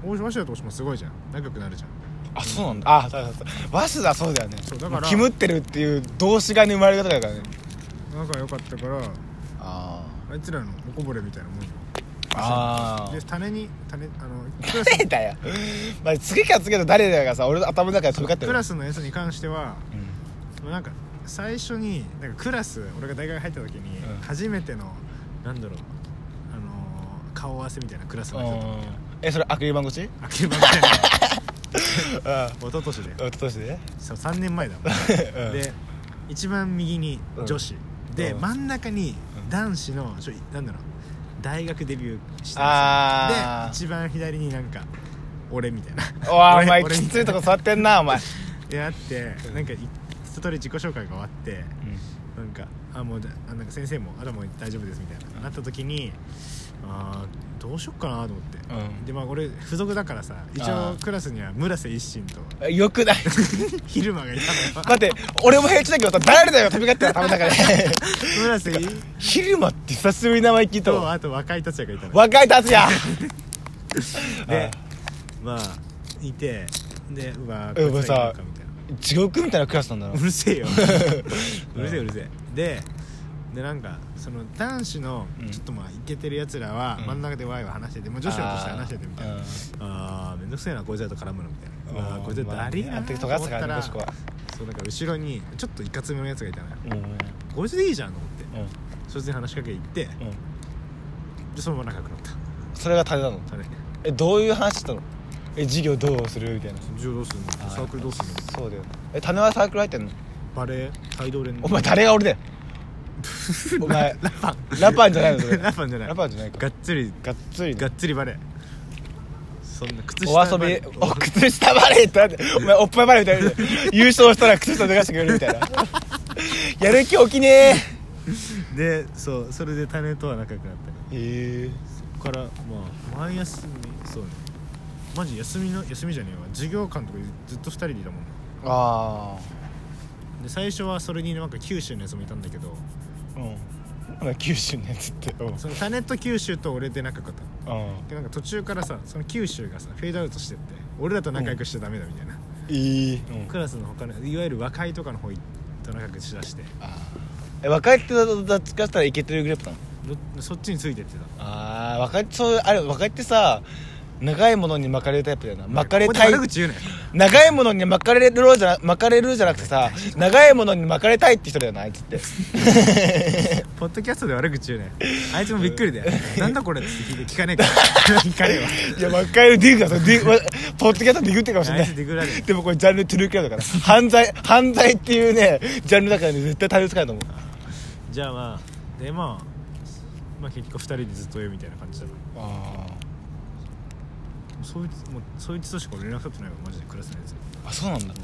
Speaker 2: 大鷲田と大島すごいじゃん仲良くなるじゃん
Speaker 1: あそうなんだあそうそうそう早稲田そうだよね
Speaker 2: そうだから
Speaker 1: キムってるっていう動詞がね生まれ方だからね
Speaker 2: 仲良かったから
Speaker 1: あ
Speaker 2: あいつらのおこぼれみたいなもんよ
Speaker 1: あ
Speaker 2: で種に種あ
Speaker 1: [laughs]
Speaker 2: のクラス
Speaker 1: 誰だよ、まあ、次から次へと誰だかさ俺の頭の中で飛び交って
Speaker 2: ク
Speaker 1: る
Speaker 2: ラスのやつに関しては
Speaker 1: うん
Speaker 2: なんか最初になんかクラス俺が大学入った時に
Speaker 1: うん
Speaker 2: 初めての、なんだろうあのー顔合わせみたいなクラスの人と
Speaker 1: えそれアクリル板越し
Speaker 2: あけばみたいな
Speaker 1: あ
Speaker 2: [laughs] 一昨年で
Speaker 1: あおととしで
Speaker 2: そう3年前だもん
Speaker 1: うん
Speaker 2: で一番右に女子、で
Speaker 1: うん
Speaker 2: 真ん中に
Speaker 1: うん
Speaker 2: 男子のちょいなんだろう大学デビューして
Speaker 1: あー
Speaker 2: で一番左になんか俺みたいな [laughs]
Speaker 1: おわお
Speaker 2: 俺
Speaker 1: 前
Speaker 2: 俺
Speaker 1: きついとこ座ってんなお前
Speaker 2: であって
Speaker 1: うん
Speaker 2: なんかい一通り自己紹介が終わってなんかあもうだあなんか先生も「あでも大丈夫です」みたいななった時にあーどうしよっかなと思って、
Speaker 1: うん
Speaker 2: でまあ俺付属だからさ一
Speaker 1: あ
Speaker 2: 応
Speaker 1: ー
Speaker 2: クラスには村瀬一心と
Speaker 1: うんよくない
Speaker 2: [laughs] 昼間がいたの
Speaker 1: 待
Speaker 2: よ
Speaker 1: って俺も平地だけど誰だよ飛び交ってる頭の中で
Speaker 2: [laughs] 村瀬
Speaker 1: 昼間って久しぶりに名前聞いた
Speaker 2: と
Speaker 1: わ
Speaker 2: あと若い達也がいたのよ
Speaker 1: 若い達
Speaker 2: [laughs]
Speaker 1: 也
Speaker 2: でまあいてでうわ
Speaker 1: うん
Speaker 2: こいつら
Speaker 1: うわさ
Speaker 2: いるのかみたいな
Speaker 1: 地獄みたいなクラスなんだな
Speaker 2: うるせえよ
Speaker 1: [laughs]
Speaker 2: うるせえうるせえででなんかその男子の
Speaker 1: うん
Speaker 2: ちょっとまあイケてるやつらは
Speaker 1: うん
Speaker 2: 真ん中でワイワイ話してて、もう女子は女子で話しててみたいな
Speaker 1: あ
Speaker 2: あーめんどくせえなこいつらと絡むのみたい
Speaker 1: ー
Speaker 2: なあーこいつらだりー
Speaker 1: まあねあ
Speaker 2: な
Speaker 1: の時
Speaker 2: と
Speaker 1: と
Speaker 2: 思
Speaker 1: が
Speaker 2: っ
Speaker 1: つ
Speaker 2: た
Speaker 1: からら
Speaker 2: そうなんか後ろにちょっといかつめのやつがいたのよ
Speaker 1: うんうん
Speaker 2: こいつでいいじゃんと思って
Speaker 1: うん
Speaker 2: そいつに話しかけ行ってでそのまま仲良くなった
Speaker 1: それがタレなの
Speaker 2: 誰
Speaker 1: えどういう話したのえ授業どうするみたいな
Speaker 2: 授業どうするのサークルどうするの
Speaker 1: そうだよえ種はサークル入ってんの
Speaker 2: バレエ大道連の
Speaker 1: お前
Speaker 2: [laughs]
Speaker 1: 誰が俺だよお前ラパンラパンじゃないのそれ
Speaker 2: ラパンじゃない
Speaker 1: ラパンじゃないか
Speaker 2: がっつり
Speaker 1: がっつり
Speaker 2: がっつりバレーそんな靴
Speaker 1: お
Speaker 2: 下
Speaker 1: 遊
Speaker 2: バレ
Speaker 1: び
Speaker 2: ー
Speaker 1: お靴下バレーってなってお前おっぱいバレーみたいな優勝したら靴下脱がしてくれる
Speaker 2: [laughs]
Speaker 1: みたいなやる気起きね
Speaker 2: でそうそれで種とは仲良くなった
Speaker 1: え
Speaker 2: り
Speaker 1: へえ
Speaker 2: そっからまあ毎休みそうねマジ休みの休みじゃねえわ授業間とかずっと2人でいたもんね
Speaker 1: あ
Speaker 2: で最初はそれになんか九州のやつもいたんだけど
Speaker 1: あうん九州のやつってうん
Speaker 2: その種と九州と俺で仲良かったの
Speaker 1: うん
Speaker 2: でなんか途中からさその九州がさフェードアウトしてって俺らと仲良くしちゃダメだみたいな、
Speaker 1: いいうん
Speaker 2: クラスの他のいわゆる和解とかの方と仲良くしだして
Speaker 1: え若いってどっちかしたらイケてるグループなの
Speaker 2: どそっちについてってた
Speaker 1: ああ若いそうあれ若いってさ長いものに巻かれるタイプだよな巻かれ
Speaker 2: ここ
Speaker 1: たい
Speaker 2: で悪口言うなよ
Speaker 1: 長いものに巻かれるじゃ巻かれるじゃなくてさ長いものに巻かれたいって人だよなあいつって [laughs]
Speaker 2: ポッドキャストで悪口言うねあいつもびっ
Speaker 1: [laughs]
Speaker 2: くりだよなんだこれって聞いて聞かねえから聞かねえわ
Speaker 1: いや巻かれるディグがさディグわポッドキャストディグってるかもしれ
Speaker 2: あ
Speaker 1: ない
Speaker 2: つデ
Speaker 1: い
Speaker 2: グラで
Speaker 1: でもこれジャンルトゥルークラブだから犯罪犯罪っていうねジャンルだからね絶対たどり着かないと思う
Speaker 2: じゃあまあでまあまあ結局2人でずっと言うみたいな感じだから
Speaker 1: あ
Speaker 2: そいつもうそいつとしか連絡取ってないわマジでクラスのやつ
Speaker 1: あそうなんだ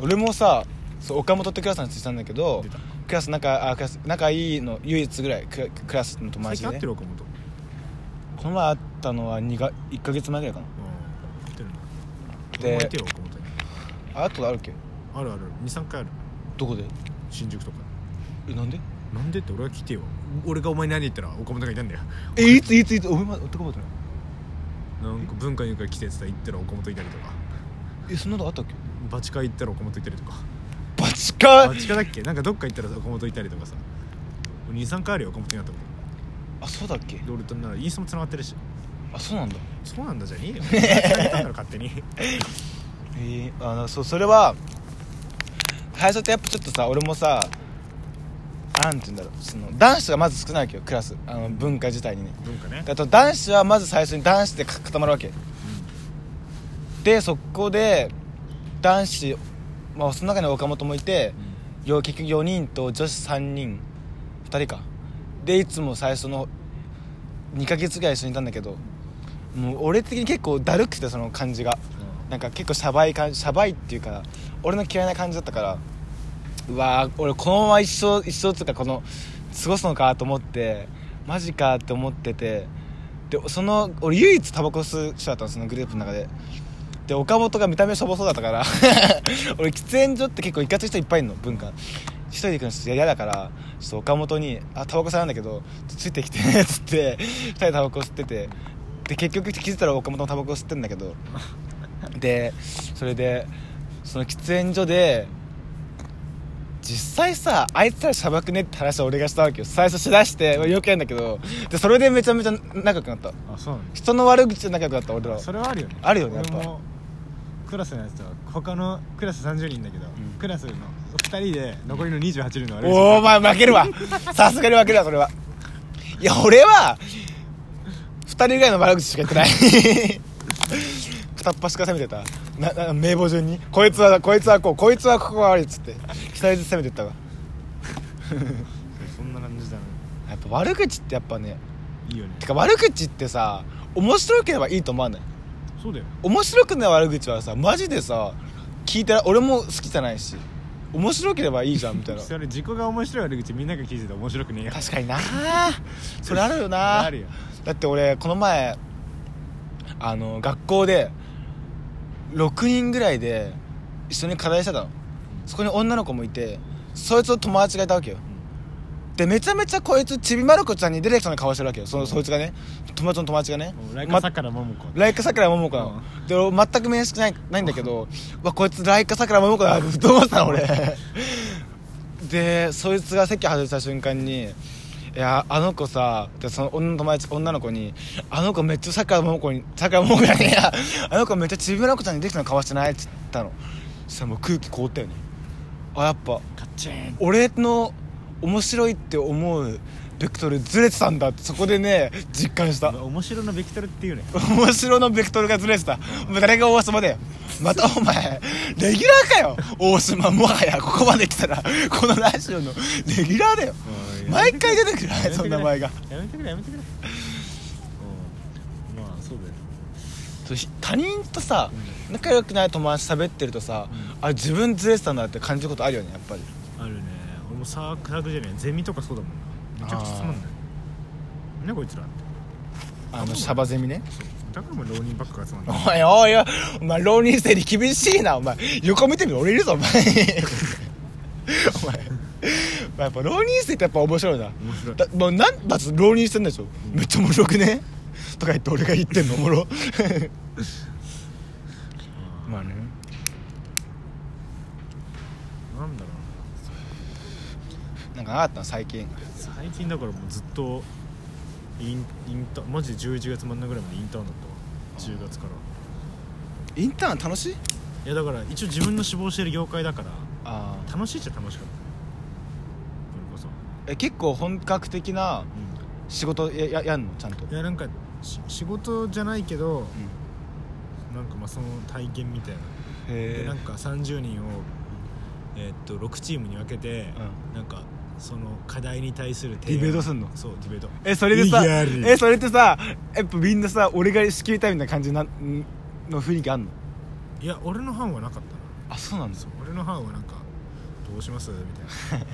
Speaker 1: 俺もさそう岡本ってクラスの話したんだけど
Speaker 2: 出た
Speaker 1: クラス仲あクラス仲いいの唯一ぐらいクラクラスの友
Speaker 2: 最
Speaker 1: 達で、
Speaker 2: 近会
Speaker 1: ね
Speaker 2: って、る岡本うん
Speaker 1: この前会ったのは2が1か月前ぐらいかな
Speaker 2: 会ってるな子
Speaker 1: で
Speaker 2: 供いてよ岡本に
Speaker 1: あとあるっけ
Speaker 2: あるある23回ある
Speaker 1: どこで
Speaker 2: 新宿とか
Speaker 1: えなんで
Speaker 2: なんでって俺が聞いてよ俺がお前に何言ったら岡本がいたんだよ
Speaker 1: えいついついつお前まだ会ったことない
Speaker 2: なんか文化委員会来てって言ったら岡本いたりとか
Speaker 1: えそんなのあったっけ
Speaker 2: バチカ行ったら岡本いたりとか
Speaker 1: バチか
Speaker 2: あっちかだっけなんかどっか行ったらさ岡本いたりとかさ23回あるよ岡本になったこ
Speaker 1: あそうだっけ
Speaker 2: とで俺とならインスタもつながってるし
Speaker 1: あそうなんだ
Speaker 2: そうなんだじゃね
Speaker 1: [laughs]
Speaker 2: えよやったんだろ勝手に
Speaker 1: えー、あのそうそれは最初ってやっぱちょっとさ俺もさなんて言うんだろうその男子がまず少ないわけよクラスあの文化自体にね
Speaker 2: 文化ね
Speaker 1: だと男子はまず最初に男子で固まるわけでそこで男子、まあ、その中に岡本もいてよ結局4人と女子3人2人かでいつも最初の2ヶ月ぐらい一緒にいたんだけどもう俺的に結構だるくてその感じがなんか結構シャバい感じシャバいっていうか俺の嫌いな感じだったからうわー俺このまま一生一生つうかこの過ごすのかと思ってマジかって思っててでその俺唯一タバコ吸う人だったのそのグループの中でで岡本が見た目しょぼそうだったから [laughs] 俺喫煙所って結構いかつい人いっぱいいるの文化一人で行くのちょっと嫌だからちょっと岡本に「あタバコ吸うんだけどついてき [laughs] て」っつって二人でタバコ吸っててで結局気づいたら岡本もタバコ吸ってんだけどでそれでその喫煙所で実際さあいつらしゃばくねって話を俺がしたわけよ最初しだしてまあよくやんだけどでそれでめちゃめちゃ仲良くなった
Speaker 2: あそうなんだ
Speaker 1: 人の悪口で仲良くなった俺らは
Speaker 2: それはあるよね
Speaker 1: あるよねやっぱ
Speaker 2: 俺もクラスのやつと他のクラス30人だけど、
Speaker 1: ん
Speaker 2: クラスの2人で残りの28人の悪口
Speaker 1: おお前負けるわさすがに負けるわそれはいや俺は2人ぐらいの悪口しか言ってない [laughs] 片っ端から攻めてたなな名簿順にこいつはこいつはこうこいつはここが悪いっつって一人ずつ攻めてったわ
Speaker 2: そんな感じだね
Speaker 1: やっぱ悪口ってやっぱね
Speaker 2: いいよね
Speaker 1: てか悪口ってさ面白ければいいと思わない
Speaker 2: そうだよ
Speaker 1: 面白くない悪口はさマジでさ聞いたら俺も好きじゃないし面白ければいいじゃんみたい
Speaker 2: [laughs]
Speaker 1: な
Speaker 2: それ自己が面白い悪口みんなが聞いてて面白くねえよ
Speaker 1: 確か
Speaker 2: [laughs]
Speaker 1: になそれあるよな
Speaker 2: あるよ
Speaker 1: だって俺この前あの学校で6人ぐらいで一緒に課題してたのそこに女の子もいてそいつの友達がいたわけよでめちゃめちゃこいつちびまる子ちゃんに出てきそうな顔してるわけよそのそいつがね友達の友達がね
Speaker 2: もうライ
Speaker 1: ま
Speaker 2: カサカラモモコ
Speaker 1: ライカさくらももこなの、で俺全く面識ないないんだけどうわこいつライカさくらももこだ [laughs] と思ってたの俺でそいつが席外した瞬間に「いやあの子さ」でその女の友達女の子に「あの子めっちゃさくらももこにさくらももこじゃねえや [laughs] あの子めっちゃちびまる子ちゃんにできたのかわしてない」って言ったのそしたらもう空気凍ったよねあやっぱ
Speaker 2: カッチーン
Speaker 1: 俺の面白いって思うベクトルずれてたんだってそこでね実感した
Speaker 2: 面白のベクトルっていうね
Speaker 1: 面白のベクトルがずれてたもう誰が大島だよまたお前レギュラーかよ大島もはやここまで来たらこのラジオのレギュラーだよ毎回出てくる
Speaker 2: やめ
Speaker 1: そ
Speaker 2: てく
Speaker 1: の
Speaker 2: れ
Speaker 1: 名前が
Speaker 2: やめてくれやめてくれうんまあそうだよ
Speaker 1: そうひ他人とさ仲良くない友達喋ってるとさ、あれ自分ずれてたんだって感じることあるよねやっぱり
Speaker 2: あるね俺もサークサークじゃねえゼミとかそうだもんなめちゃくちゃつまんないねこいつらって
Speaker 1: あのシャバゼミね
Speaker 2: そうだからもう浪人ばっか集まん
Speaker 1: お
Speaker 2: ない
Speaker 1: 前おいおいお前浪人生に厳しいなお前横見てみろ俺いるぞお前 [laughs] お前まあやっぱ浪人生ってやっぱ面白いな
Speaker 2: 面白い
Speaker 1: だもうなんだって浪人してんでしょ、めっちゃ面白くねとか言って俺が言ってんのおもろ [laughs] まあね
Speaker 2: なんだろ
Speaker 1: なんかなかったの最近
Speaker 2: うな最近だからもうずっとインインターンマジで11月真ん中ぐらいまでインターンだったわ10月から
Speaker 1: インターン楽しい
Speaker 2: いやだから一応自分の志望してる業界だから
Speaker 1: ああ
Speaker 2: 楽しいっちゃ楽しかったそれこそ、
Speaker 1: え結構本格的な仕事やややんのちゃんと、
Speaker 2: いやなんかし仕事じゃないけど
Speaker 1: うん、
Speaker 2: なんかまあその体験みたいな、で
Speaker 1: へえ
Speaker 2: なんか30人を、えーっと6チームに分けて、なんかその課題に対する提案
Speaker 1: ディベートすんの
Speaker 2: そうディベート
Speaker 1: えそれでさ
Speaker 2: 意義あり
Speaker 1: えそれってさやっぱみんなさ俺が仕切りたいみたいな感じなんの雰囲気あんの
Speaker 2: いや俺の班はなかったな
Speaker 1: あそうなんです
Speaker 2: そ
Speaker 1: よ
Speaker 2: う俺の班はなんかどうしますみたい
Speaker 1: [laughs]
Speaker 2: な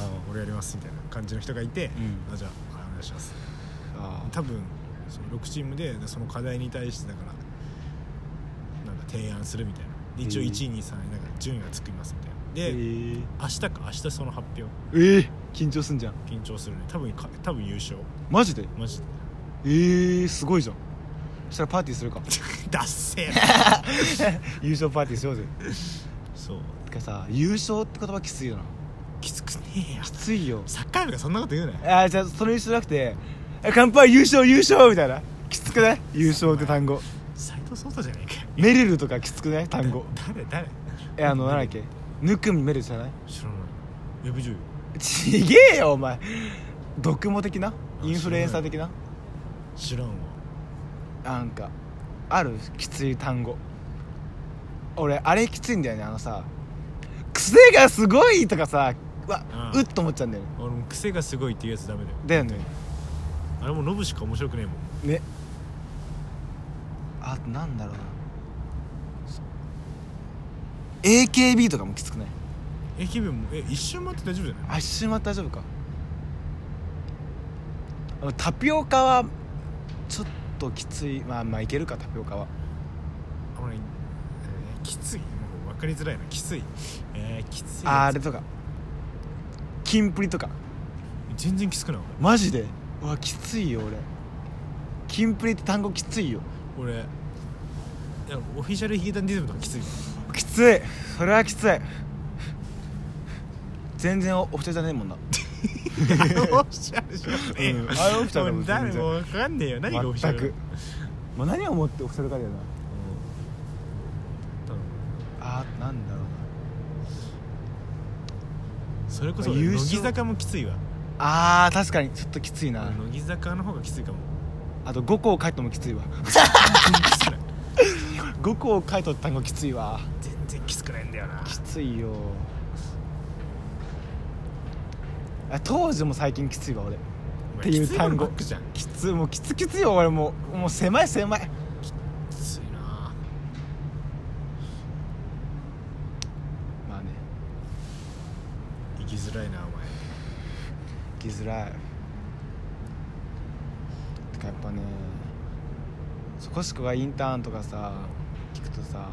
Speaker 2: あの俺やりますみたいな感じの人がいて、
Speaker 1: うん
Speaker 2: あじゃあはいお願いします
Speaker 1: あ
Speaker 2: 多分その6チームでその課題に対してだからなんか提案するみたいなで一応
Speaker 1: へ
Speaker 2: 1
Speaker 1: え
Speaker 2: 位2位3位なんか順位がつきますみたい
Speaker 1: え
Speaker 2: なで、
Speaker 1: ー、
Speaker 2: 明日か明日その発表
Speaker 1: えー緊張すんじゃん
Speaker 2: 緊張するね多分か多分優勝
Speaker 1: マジで
Speaker 2: マジで [laughs]
Speaker 1: えー、すごいじゃんそしたらパーティーする [laughs] か
Speaker 2: ダッセー
Speaker 1: 優勝パーティーしようぜ
Speaker 2: そう
Speaker 1: てかさ優勝って言葉きついよな
Speaker 2: きつくねえや
Speaker 1: きついよ
Speaker 2: サッカー部がそんなこと言うなよ
Speaker 1: あーじゃあそれにしなくて「え乾杯優勝優勝!」みたいなきつくない優勝って単語
Speaker 2: 斎藤聡じゃねえかよ
Speaker 1: メリルとかきつくない単語
Speaker 2: 誰誰
Speaker 1: えあのなんだっけぬくみメリルじゃない
Speaker 2: 知らないウェブ女優
Speaker 1: ちげえよお前毒も的なインフルエンサー的な
Speaker 2: 知らんわ
Speaker 1: なんかあるきつい単語俺あれきついんだよねあのさ癖がすごいとかさうわ、う
Speaker 2: うん
Speaker 1: っと思っちゃうんだよね
Speaker 2: 俺もう癖がすごいっていうやつダメだよ
Speaker 1: だよね
Speaker 2: あれもうノブしか面白くねえもん
Speaker 1: ねあとなんだろうな AKB とかもきつくない
Speaker 2: AKB もえ一瞬待って大丈夫じゃない
Speaker 1: あ一瞬は大丈夫かタピオカはちょっときついまあまあいけるかタピオカは
Speaker 2: あ俺、えーきついもう分かりづらいなきついえー、きつい
Speaker 1: ああれとかキンプリとか
Speaker 2: 全然きつくない
Speaker 1: マジでうわきついよ俺キンプリって単語きついよ
Speaker 2: 俺俺いやオフィシャルヒゲダンディズムと
Speaker 1: [laughs]
Speaker 2: かきつい
Speaker 1: きついそれはきつい全然おお二人じゃねえもんな
Speaker 2: オフィシャルじゃ
Speaker 1: えうんあれオフィシャルだもん
Speaker 2: 誰
Speaker 1: 全然
Speaker 2: も分かんねえよ何がオフィシャル
Speaker 1: 全くもう何を思ってお二人かだよな
Speaker 2: 多分
Speaker 1: あーなんだろうな
Speaker 2: それこそ
Speaker 1: まあ
Speaker 2: 俺
Speaker 1: 優
Speaker 2: 乃
Speaker 1: 勝
Speaker 2: 木坂もきついわ
Speaker 1: あー確かにちょっときついな、
Speaker 2: 乃木坂の方がきついかも
Speaker 1: あと5個書いてもきつい
Speaker 2: [laughs]
Speaker 1: わ
Speaker 2: 全然きつくない
Speaker 1: 5個書いとった単語きついわ
Speaker 2: 全然きつくないんだよな
Speaker 1: きついよあ当時も最近きついわ俺
Speaker 2: って
Speaker 1: いう単語
Speaker 2: きついものばっかじゃん
Speaker 1: き
Speaker 2: き
Speaker 1: ついもうきつきついよ俺もうもう狭い狭い
Speaker 2: ついな
Speaker 1: まあね
Speaker 2: 生きづらいなお前
Speaker 1: 生きづらいてかやっぱねそこしこがインターンとかさ聞くとさ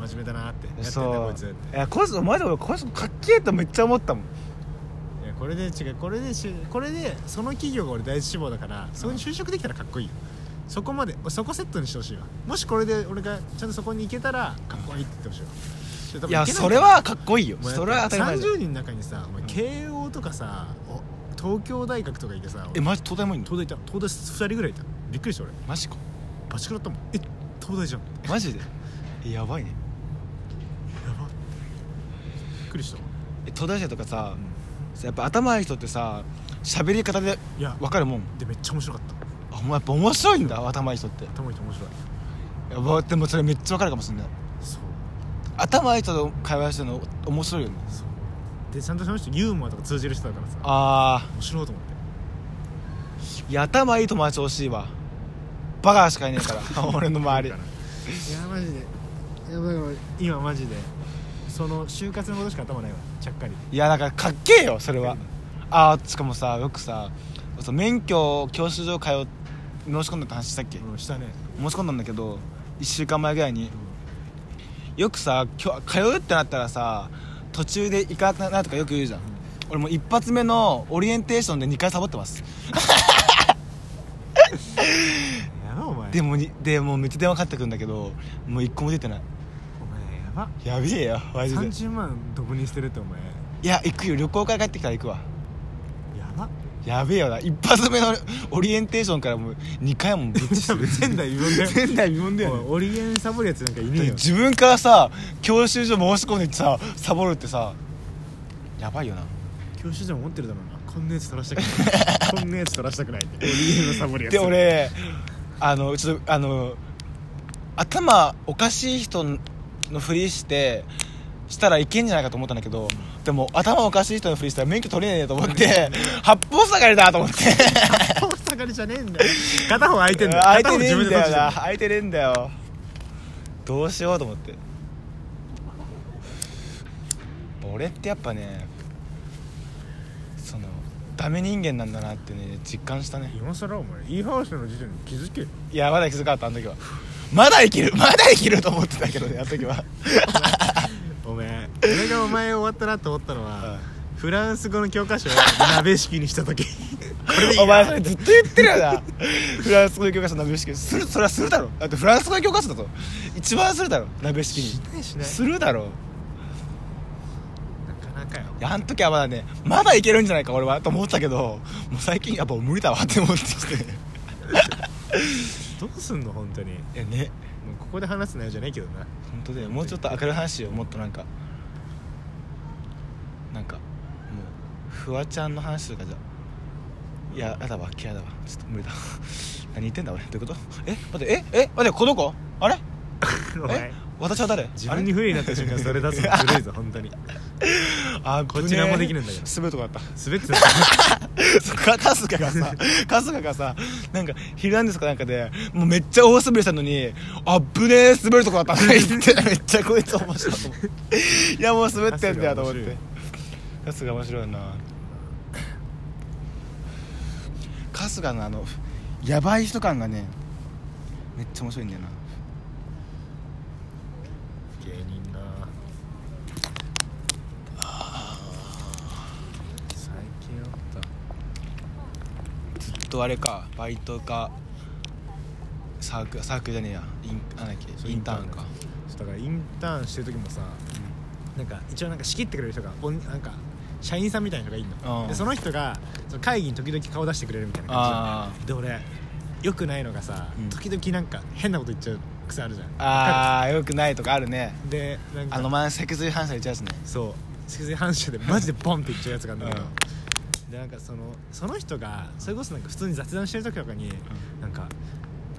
Speaker 2: 真面目だなってやってんだ
Speaker 1: そ
Speaker 2: こいうつって
Speaker 1: いやこいつマジで俺こいつかっけえとめっちゃ思ったもん
Speaker 2: いやこれで違うこれでしこれでその企業が俺第一志望だからそこに就職できたらかっこいいよそこまでそこセットにしてほしいわもしこれで俺がちゃんとそこに行けたらかっこいいって言ってほしいわちょ多
Speaker 1: い
Speaker 2: 分
Speaker 1: や
Speaker 2: けな
Speaker 1: それはかっこいいよ
Speaker 2: お前
Speaker 1: それは当たり前じゃん
Speaker 2: 30人の中にさお前慶応とかさお東京大学とかいてさ
Speaker 1: えマジ東大もいいの
Speaker 2: 東大いた東大2人ぐらいいたびっくりした俺
Speaker 1: マジか
Speaker 2: バチクラったもんえ東大じゃんや
Speaker 1: マジでえやばいね
Speaker 2: ばびっくりしたわ
Speaker 1: え東大生とかさやっぱ頭いい人ってさ喋り方で
Speaker 2: いや
Speaker 1: 分かるもん
Speaker 2: でめっちゃ面白かった
Speaker 1: あお前やっぱ面白いんだ頭いい人って
Speaker 2: 頭いい人面白い
Speaker 1: やばでもそれめっちゃ分かるかもしれない
Speaker 2: そう
Speaker 1: 頭いい人と会話してるの面白いよね
Speaker 2: そうでちゃんとその人ユーモアとか通じる人だからさ
Speaker 1: あ
Speaker 2: 面白いと思って
Speaker 1: ーいや頭いい友達欲しいわバカしかいねえから
Speaker 2: [laughs]
Speaker 1: 俺の周り
Speaker 2: いやマジでいやだから今マジでその就活のことしか頭ないわちゃっかり
Speaker 1: いやなんかかっけえよそれはあーしかもさよくさそう免許教習所通う申し込んだって話したっけ
Speaker 2: うんしたね
Speaker 1: 申し込んだんだけど1週間前ぐらいによくさきょ通うってなったらさ途中で行かないとかよく言うじゃん俺もう一発目のオリエンテーションで2回サボってます
Speaker 2: やばお前
Speaker 1: でもにでもうめっちゃ電話かかってくるんだけどもう1個も出てない
Speaker 2: お前やば
Speaker 1: やべえよマジで
Speaker 2: 30万ドブにしてるってお前
Speaker 1: いや行くよ旅行から帰ってきたら行くわ
Speaker 2: やば
Speaker 1: やべえよな一発目のオリエンテーションからもう2回もぶっちゃ
Speaker 2: [laughs]
Speaker 1: ぶ
Speaker 2: 前代未聞だよ
Speaker 1: 前代未聞だよ
Speaker 2: おい
Speaker 1: ね
Speaker 2: オリエンサボるやつなんかいねえよ
Speaker 1: 自分からさ教習所申し込んでさサボるってさやばいよな
Speaker 2: 教習所も持ってるだろうなこんなやつ取らしたく
Speaker 1: [laughs]
Speaker 2: ないこんなやつ取らしたくないってオリエンのサボるやつ
Speaker 1: で俺あのちょっとあの頭おかしい人のふりしてしたらいけんじゃないかと思ったんだけどでも頭おかしい人のふりしたら免許取れねえと思
Speaker 2: [laughs]
Speaker 1: って八方下がりだと思って
Speaker 2: 大阪にじゃねえんだよ片方空いてんだ
Speaker 1: [laughs]
Speaker 2: よ
Speaker 1: 空い
Speaker 2: 片方
Speaker 1: てねえ
Speaker 2: 自分
Speaker 1: ん
Speaker 2: で取
Speaker 1: だよ
Speaker 2: ってんだ
Speaker 1: な
Speaker 2: よ
Speaker 1: 空いてねえんだよどうしようと思って俺ってやっぱねそのダメ人間なんだなってね実感したね
Speaker 2: 今更お前イーハウスの時点に気づけよ
Speaker 1: いやまだ気づかなかったあの時はまだ生きるまだ生きると思ってた
Speaker 2: [laughs]
Speaker 1: けどねあの時は
Speaker 2: お前俺がお前終わったなと思ったのは、
Speaker 1: はい
Speaker 2: フランス語の教科書を鍋式にした [laughs] 時
Speaker 1: お前それずっと言ってるよ
Speaker 2: [laughs]
Speaker 1: なフランス語の教科書の鍋式するそれはするだろだってフランス語の教科書だぞ一番するだろ鍋式
Speaker 2: し
Speaker 1: に
Speaker 2: ないしない
Speaker 1: するだろ
Speaker 2: なかなかよ
Speaker 1: いやあの時はまだねまだいけるんじゃないか俺はと思ってたけどもう最近やっぱ無理だわって思ってきて
Speaker 2: どうすんの本当にも
Speaker 1: いやね
Speaker 2: うここで話す内容じゃないけどな
Speaker 1: 本当だよもうちょっと明るい話よもっとなんかなんかもうフワちゃんの話とかじゃいややだわ嫌だわちょっと無理だ [laughs] 何言ってんだ俺どういうことえ待ってええ待ってこの子あれ
Speaker 2: お
Speaker 1: え
Speaker 2: 前
Speaker 1: 私は誰
Speaker 2: 自分に不利になった瞬間それ出すのずるいぞ本当に
Speaker 1: あ
Speaker 2: こっち何もできねえんだけど
Speaker 1: 滑るとこあった
Speaker 2: 滑ってた
Speaker 1: そっか春日が [laughs] さ春日がさなんか「ヒルナンデス」かなんかでもうめっちゃ大滑りしたのに「あっぶねえ滑るとこあった」って [laughs] 言ってめっちゃこいつ面白いと思って [laughs] いやもう滑ってんだよと思って春日面白いな春春日のあのやばい人感がねめっちゃ面白いんだよな
Speaker 2: 芸人な最近あった
Speaker 1: ずっとあれかバイトかサークルサークルじゃねえやインなんだっ
Speaker 2: そ
Speaker 1: け
Speaker 2: う
Speaker 1: インターンか
Speaker 2: そうだからインターンしてる時もさなんか一応なんか仕切ってくれる人がおんなんか社員さんみたいな人がいる
Speaker 1: う
Speaker 2: の
Speaker 1: ん
Speaker 2: でその人がその会議に時々顔出してくれるみたいな
Speaker 1: あ
Speaker 2: 感じで俺よくないのがさ、
Speaker 1: うん
Speaker 2: 時々なんか変なこと言っちゃう癖あるじゃん
Speaker 1: ああよくないとかあるね
Speaker 2: 各地でなんか
Speaker 1: あの前脊髄反射言っちゃうやつね
Speaker 2: そう脊髄反射でマジでボンっていっちゃうやつがあるんだけど、
Speaker 1: うん
Speaker 2: でなんかそのその人がそれこそなんか普通に雑談してる時とかに、なんか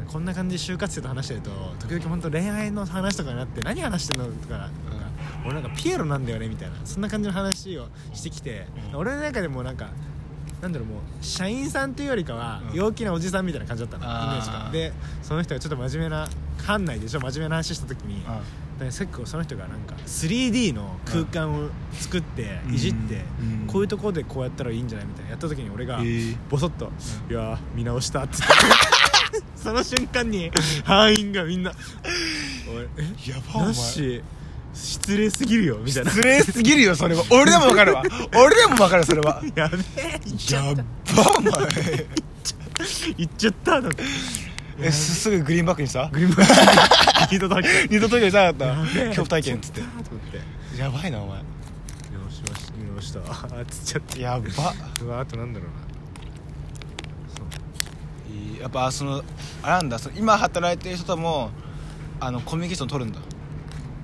Speaker 2: こんな感じで就活生と話してると時々本当恋愛の話とかになって何話してんのとかなんか、俺なんかピエロなんだよねみたいなそんな感じの話をしてきて、
Speaker 1: うん
Speaker 2: 俺の中でもなんかなんだろうもう社員さんというよりかは
Speaker 1: うん
Speaker 2: 陽気なおじさんみたいな感じだったの、
Speaker 1: あー
Speaker 2: イメージがでその人がちょっと真面目な館内でちょっと真面目な話した時に、
Speaker 1: うん
Speaker 2: で結構その人がなんか 3D の空間を作って
Speaker 1: うん
Speaker 2: いじって、
Speaker 1: うん
Speaker 2: こういうところでこうやったらいいんじゃないみたいなやった時に俺が
Speaker 1: えー
Speaker 2: ボソッと「いやー見直した」って言って [laughs] その瞬間に班員がみんな「おいえ
Speaker 1: やばお
Speaker 2: ナ
Speaker 1: 前
Speaker 2: ッシー失礼すぎるよ」みたいな
Speaker 1: 失礼すぎるよそれは俺でもわかるわ俺でもわかるそれは
Speaker 2: 「 [laughs] やべえ言っちゃ
Speaker 1: や
Speaker 2: っ
Speaker 1: ったばお前
Speaker 2: 言っちゃった」なんて
Speaker 1: えすすぐグリーンバックにした
Speaker 2: グリーンバック聞いただけ
Speaker 1: 二度と行かな
Speaker 2: [laughs] や
Speaker 1: かった
Speaker 2: べえ
Speaker 1: 恐怖体験っつって
Speaker 2: 言ちゃたと思って
Speaker 1: やばいなお前
Speaker 2: 見直しました見直したあっつっちゃって
Speaker 1: やば
Speaker 2: うわあとなんだろうなそう
Speaker 1: いいやっぱそのあれなんだその今働いてる人ともあのコミュニケーション取るんだ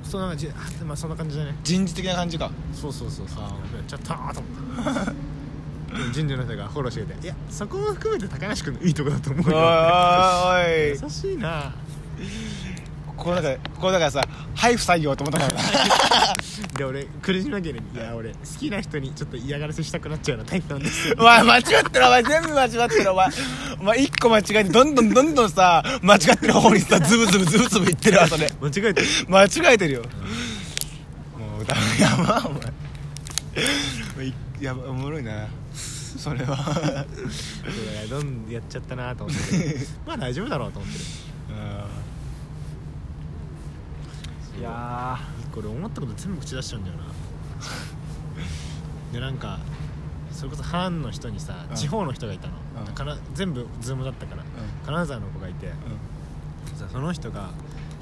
Speaker 2: そうなんかじあまあそんな感じだね
Speaker 1: 人事的な感じか
Speaker 2: そうそうそうそう
Speaker 1: あ
Speaker 2: や
Speaker 1: ー
Speaker 2: っちゃったーと思って人事の人がフォローしてくれていやそこも含めて高梨君のいいとこだと思
Speaker 1: お
Speaker 2: う
Speaker 1: いお
Speaker 2: よ
Speaker 1: いおい
Speaker 2: 優しいな
Speaker 1: こうだからこうだからさ配布作業と思ったからな
Speaker 2: で俺苦し紛れにいや俺好きな人にちょっと嫌がらせしたくなっちゃうようなタイプなん [laughs] ですよ
Speaker 1: [laughs] お前間違ってるお前全部間違ってるお前お前一個間違えてどんどんどんどんさ間違ってる方にさズブズブズブズブいってるわそれ
Speaker 2: 間違えてる
Speaker 1: 間違えてるよもうダメやばお前おいやばおもろいなそれは
Speaker 2: いやどんどんやっちゃったなーと思って [laughs] るまあ大丈夫だろうと思って
Speaker 1: う
Speaker 2: るいやこれ思ったこと全部口出しちゃうんだよなでなんかそれこそ班の人にさ、
Speaker 1: うん
Speaker 2: 地方の人がいたの、
Speaker 1: うん
Speaker 2: かな全部ズームだったから、金沢の子がいて、さその人が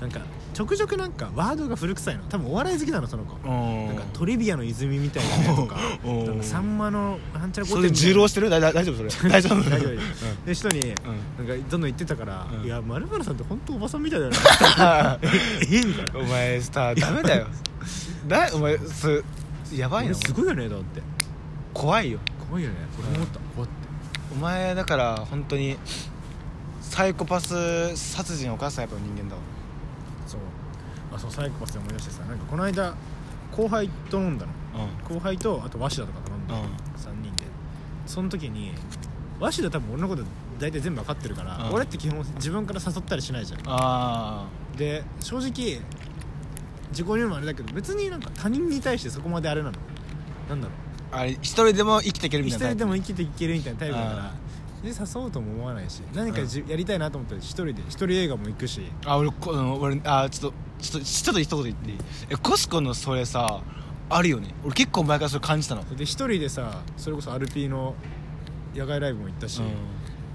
Speaker 2: なんかちょくちょくなんかワードが古臭いの多分お笑い好きなのその子、
Speaker 1: ん
Speaker 2: なんかトリビアの泉みたいなのとか
Speaker 1: うん
Speaker 2: なんかさんまのなんちゃらこ
Speaker 1: それ重労してるだだ大丈夫それ大丈夫
Speaker 2: 大丈夫で人に、なんかどんどん言ってたから「
Speaker 1: うん
Speaker 2: いやまるさんって本当おばさんみたいだよ
Speaker 1: [laughs]
Speaker 2: ね」えみたいな
Speaker 1: うん [laughs] お前さダメだよだお前それやばい
Speaker 2: 俺
Speaker 1: な
Speaker 2: すごいよねだって
Speaker 1: 怖いよ
Speaker 2: 怖いよね俺も思った怖って
Speaker 1: お前だから本当にサイコパス殺人を犯すタイプの人間だわ
Speaker 2: そうあそうサイコパスで思い出してさなんかこの間後輩と飲んだの後輩とあと鷲田とかと飲んだの、
Speaker 1: うん
Speaker 2: 3人でその時に鷲田多分俺のこと大体全部分かってるから、
Speaker 1: うん
Speaker 2: 俺って基本自分から誘ったりしないじゃん
Speaker 1: あ
Speaker 2: で正直自己言うのもあれだけど別になんか他人に対してそこまであれなのなんだろ
Speaker 1: ああれ一人でも生きていけ
Speaker 2: う
Speaker 1: るみ
Speaker 2: 一
Speaker 1: たいなタイ
Speaker 2: 人
Speaker 1: プ
Speaker 2: でも生きていけるみたいなタイプだから
Speaker 1: あ
Speaker 2: で誘おうとも思わないし何かじ、やりたいなと思ったら一人で一人映画も行くし
Speaker 1: あ俺こうん俺あちょっとちょっとちょっと一言言っていいえコスコのそれさあるよね俺結構前からそれ感じたのう
Speaker 2: で一人でさそれこそアルピーの野外ライブも行ったし、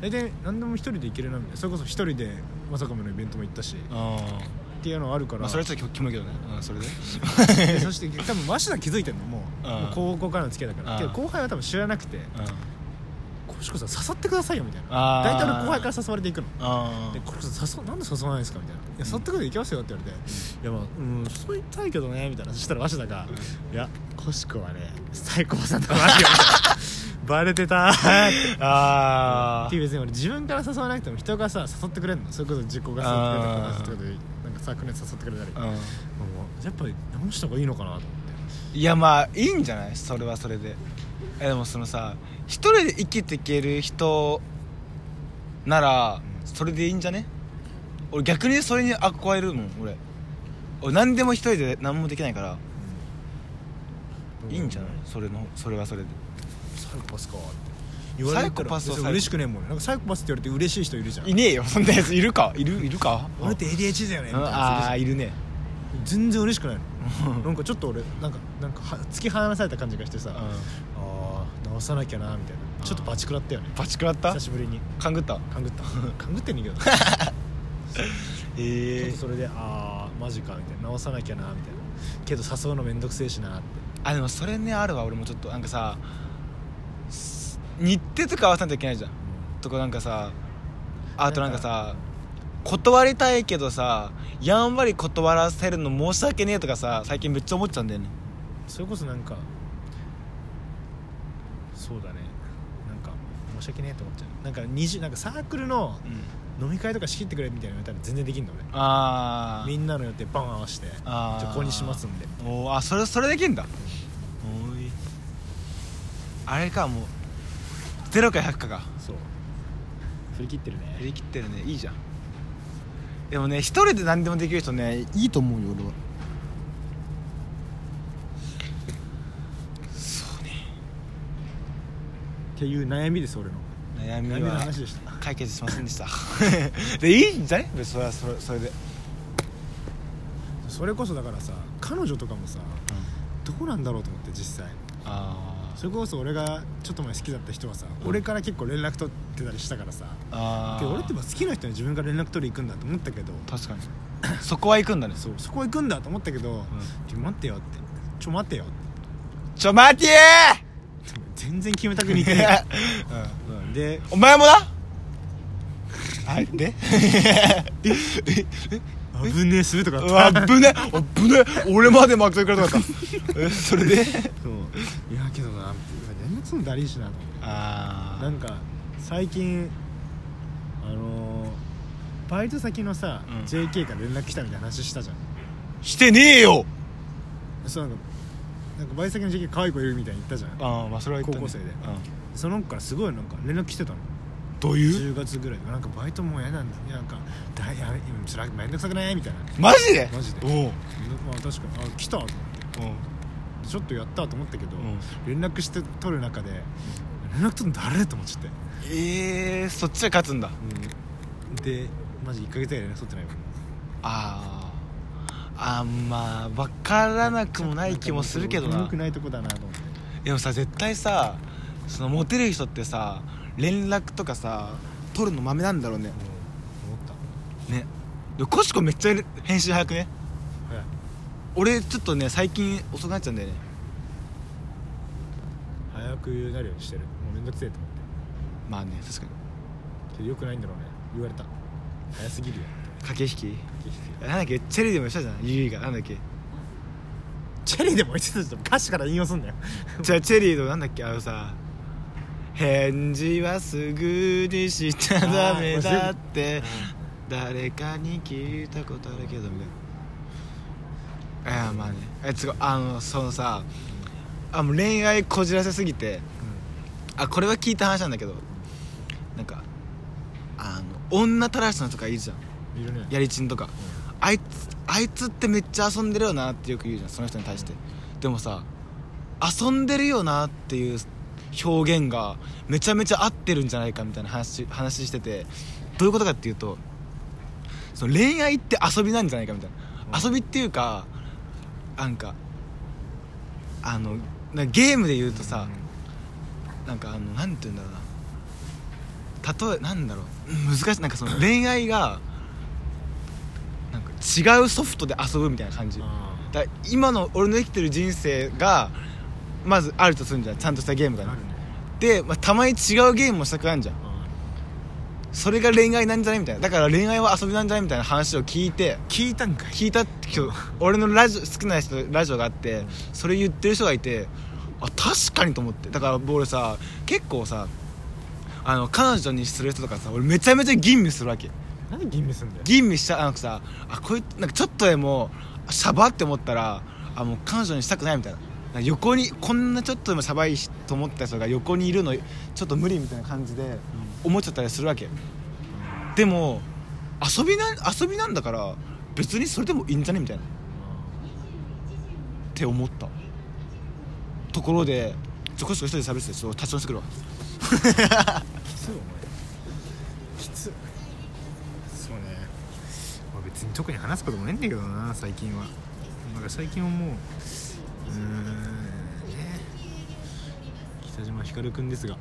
Speaker 2: 大体何でも一人で行けるなみたいなそれこそ一人でまさかのイベントも行ったし、っ
Speaker 1: あ
Speaker 2: ていうのあるから、
Speaker 1: まあそれはちょっとキモいけどねうんそれで
Speaker 2: [laughs] でそして多分鷲田気づいてんのもう,、
Speaker 1: うん
Speaker 2: もう高校からの付き合いだから、
Speaker 1: うん
Speaker 2: けど後輩は多分知らなくて
Speaker 1: うん
Speaker 2: 「コシコさん誘ってくださいよ」みたいな
Speaker 1: あー
Speaker 2: 大体俺後輩から誘われていくの
Speaker 1: あ
Speaker 2: 「でコシコさん誘うなんで誘わないんですか?」みたいな「いや誘ってくれて行きますよ」って言われて「いやまあうん誘いたいけどね」みたいなそしたら鷲田が「いやコシコはね最高さんとかマジよ」みたいな [laughs] バレてたーっ
Speaker 1: [laughs]
Speaker 2: て
Speaker 1: ああ
Speaker 2: っていう別に俺自分から誘わなくても人がさ誘ってくれるのそれこそ自己が誘ってくれ
Speaker 1: あー
Speaker 2: たりとか誘ってくれたりなんか昨年誘ってくれたりもう
Speaker 1: う
Speaker 2: やっぱり直した方がいいのかなと思って
Speaker 1: んいやまあいいんじゃないそれはそれでえでもそのさ一人で生きていける人なら
Speaker 2: うん
Speaker 1: それでいいんじゃね俺逆にそれに憧れるもん俺俺何でも一人で何もできないからいいんじゃないそれのそれはそれで
Speaker 2: サイコパスかって言われた
Speaker 1: サイコ
Speaker 2: ら
Speaker 1: パスは
Speaker 2: 別に
Speaker 1: サイコ
Speaker 2: 嬉しくねえもんなんかサイコパスって言われて嬉しい人いるじゃん
Speaker 1: いねえよそんなやついるかいるいるか
Speaker 2: 俺って ADHD だよねみたいなや
Speaker 1: ああ
Speaker 2: つい
Speaker 1: い
Speaker 2: る
Speaker 1: るね
Speaker 2: じゃん全然嬉しくないのなんかちょっと俺なんかなんかは突き放された感じがしてさ、ああ直さなきゃなみたいなちょっとバチ食らったよね
Speaker 1: バチ食らった
Speaker 2: 久しぶり [laughs] に
Speaker 1: 勘ぐったへ
Speaker 2: 勘ぐった勘ぐってんねんけどなちょっ
Speaker 1: え
Speaker 2: とそれでああマジかみたいな直さなきゃなみたいなけど誘うのめんどくせえしなって
Speaker 1: あでもそれねあるわ俺もちょっとなんかさす日程とか合わせなきゃいけないじゃんとかなんかさあとなんかさ断りたいけどさやんわり断らせるの申し訳ねえとかさ最近めっちゃ思っちゃうんだよね
Speaker 2: それこそなんかそうだねなんか申し訳ねえと思っちゃうなんか20なんかサークルの
Speaker 1: うん
Speaker 2: 飲み会とか仕切ってくれみたいなの言われたら全然できんの俺
Speaker 1: ああ
Speaker 2: みんなの予定バン合わせてじ
Speaker 1: あー
Speaker 2: ゃあここにしますんで
Speaker 1: おーあそれそれできんだおーいあれかもう0か100かが
Speaker 2: そう振り切ってる
Speaker 1: 振
Speaker 2: ね
Speaker 1: り切ってるねいいじゃんでもね一人で何でもできる人ねいいと思うよ俺は
Speaker 2: っていう悩みです俺の
Speaker 1: 悩み
Speaker 2: 悩みの
Speaker 1: は
Speaker 2: 話でした
Speaker 1: 解決しませんでした [laughs] でいいんじゃね別にそれはそれそれで、
Speaker 2: それこそだからさ彼女とかもさどうなんだろうと思って実際
Speaker 1: あ
Speaker 2: それこそ俺がちょっと前好きだった人はさ、
Speaker 1: うん
Speaker 2: 俺から結構連絡取ってたりしたからさ
Speaker 1: あ
Speaker 2: けど俺ってば好きな人に自分から連絡取り行くんだと思ったけど
Speaker 1: 確かにそこは行くんだね
Speaker 2: そうそこ行くんだと思ったけど、ちょ待ってよってちょ待ってよって
Speaker 1: ちょ待てー
Speaker 2: 全然決めたくにいけない、
Speaker 1: [laughs]
Speaker 2: うんうん、で
Speaker 1: お前もなはいで
Speaker 2: 危ねえするとかあ
Speaker 1: うわ
Speaker 2: った
Speaker 1: ぶねあぶね俺まで巻くといかれたかった [laughs] えそれで
Speaker 2: そういやけどなって連絡するのだりいしなと思って
Speaker 1: あ
Speaker 2: なんか最近あのーバイト先のさ、
Speaker 1: うん
Speaker 2: JK から連絡来たみたいな話したじゃん
Speaker 1: してねえよ
Speaker 2: そうなんかなんかバイト先の JK 可愛い子いるみたいに言ったじゃん
Speaker 1: ああまあそれは言ったね
Speaker 2: 高校生で
Speaker 1: う
Speaker 2: その子からすごいなんか連絡来てたの
Speaker 1: んどういう
Speaker 2: 10月ぐらいなんかバイトもう嫌なんだなんかだいやうんつらめんどくさくないみたいな
Speaker 1: マジで
Speaker 2: マジで
Speaker 1: おう
Speaker 2: まあ確かにあ来たと思ってちょっとやったと思ったけど、連絡して取る中で連絡取るの誰と思っちゃって、
Speaker 1: ええそっちが勝つんだ
Speaker 2: でマジ1ヶ月ぐらい連絡取ってないもん
Speaker 1: あああんまあ分からなくもない気もするけど
Speaker 2: よ
Speaker 1: な
Speaker 2: くないとこだなと思って
Speaker 1: でもさ絶対さそのモテる人ってさ連絡とかさ取るのマメなんだろうね
Speaker 2: 思った
Speaker 1: ねでコシコめっちゃ編集早くね
Speaker 2: 早い
Speaker 1: 俺ちょっとね最近遅くなっちゃうんだよね
Speaker 2: 早くなるようにしてるもうめんどくせえと思っ
Speaker 1: まあね確かに
Speaker 2: てけどよくないんだろうね言われた早すぎるよ
Speaker 1: 駆け引きなんだっけチェリーでもしたじゃんゆいがなんだっけ
Speaker 2: チェリーでも言ってたじゃん歌詞から引用すんだよ
Speaker 1: じゃあチェリーのなんだっけあのさ返事はすぐにしちゃダメだって誰かに聞いたことあるけどみたいないやまあねえつごあのそのさあもう恋愛こじらせすぎてあこれは聞いた話なんだけどなんかあの女たらしのとかいるじゃん
Speaker 2: いるね
Speaker 1: やりちんとかあいつあいつってめっちゃ遊んでるよなってよく言うじゃんその人に対してでもさ遊んでるよなっていう表現がめちゃめちゃ合ってるんじゃないかみたいな話話しててどういうことかっていうとその恋愛って遊びなんじゃないかみたいな
Speaker 2: うん
Speaker 1: 遊びっていうかなんかあのなゲームで言うとさ、なんかあのなんて言うんだろうな例えなんだろう難しいなんかその恋愛がなんか違うソフトで遊ぶみたいな感じだか
Speaker 2: あ
Speaker 1: ら今の俺の生きてる人生がまずあるとするんじゃんちゃんとしたゲーム
Speaker 2: あ
Speaker 1: が
Speaker 2: な
Speaker 1: ね
Speaker 2: るね
Speaker 1: で、まあ、たまに違うゲームもしたくなるじゃん
Speaker 2: あ
Speaker 1: それが恋愛なんじゃないみたいなだから恋愛は遊びなんじゃないみたいな話を聞いて
Speaker 2: 聞いたんかい
Speaker 1: 聞いた今日俺のラジオ好きな人のラジオがあってそれ言ってる人がいてあ確かにと思ってだから俺さ結構さあの彼女にする人とかさ俺めちゃめちゃ吟味するわけ
Speaker 2: なんで吟味すんだよ
Speaker 1: 吟味しちゃうなんかさあこいつなんかちょっとでもシャバって思ったらあもう彼女にしたくないみたいななんか横にこんなちょっとでもシャバいしと思った人が横にいるのちょっと無理みたいな感じで思っちゃったりするわけでも遊びな遊びなんだから別にそれでもいいんじゃねみたいなって思ったところでちょこちょこ一人で喋っててちょっと立ち直してくるわ
Speaker 2: きついお前きついそうねまあ別に特に話すこともねえんだけどな最近はなんか最近はもううーんね北島ひかるくんですが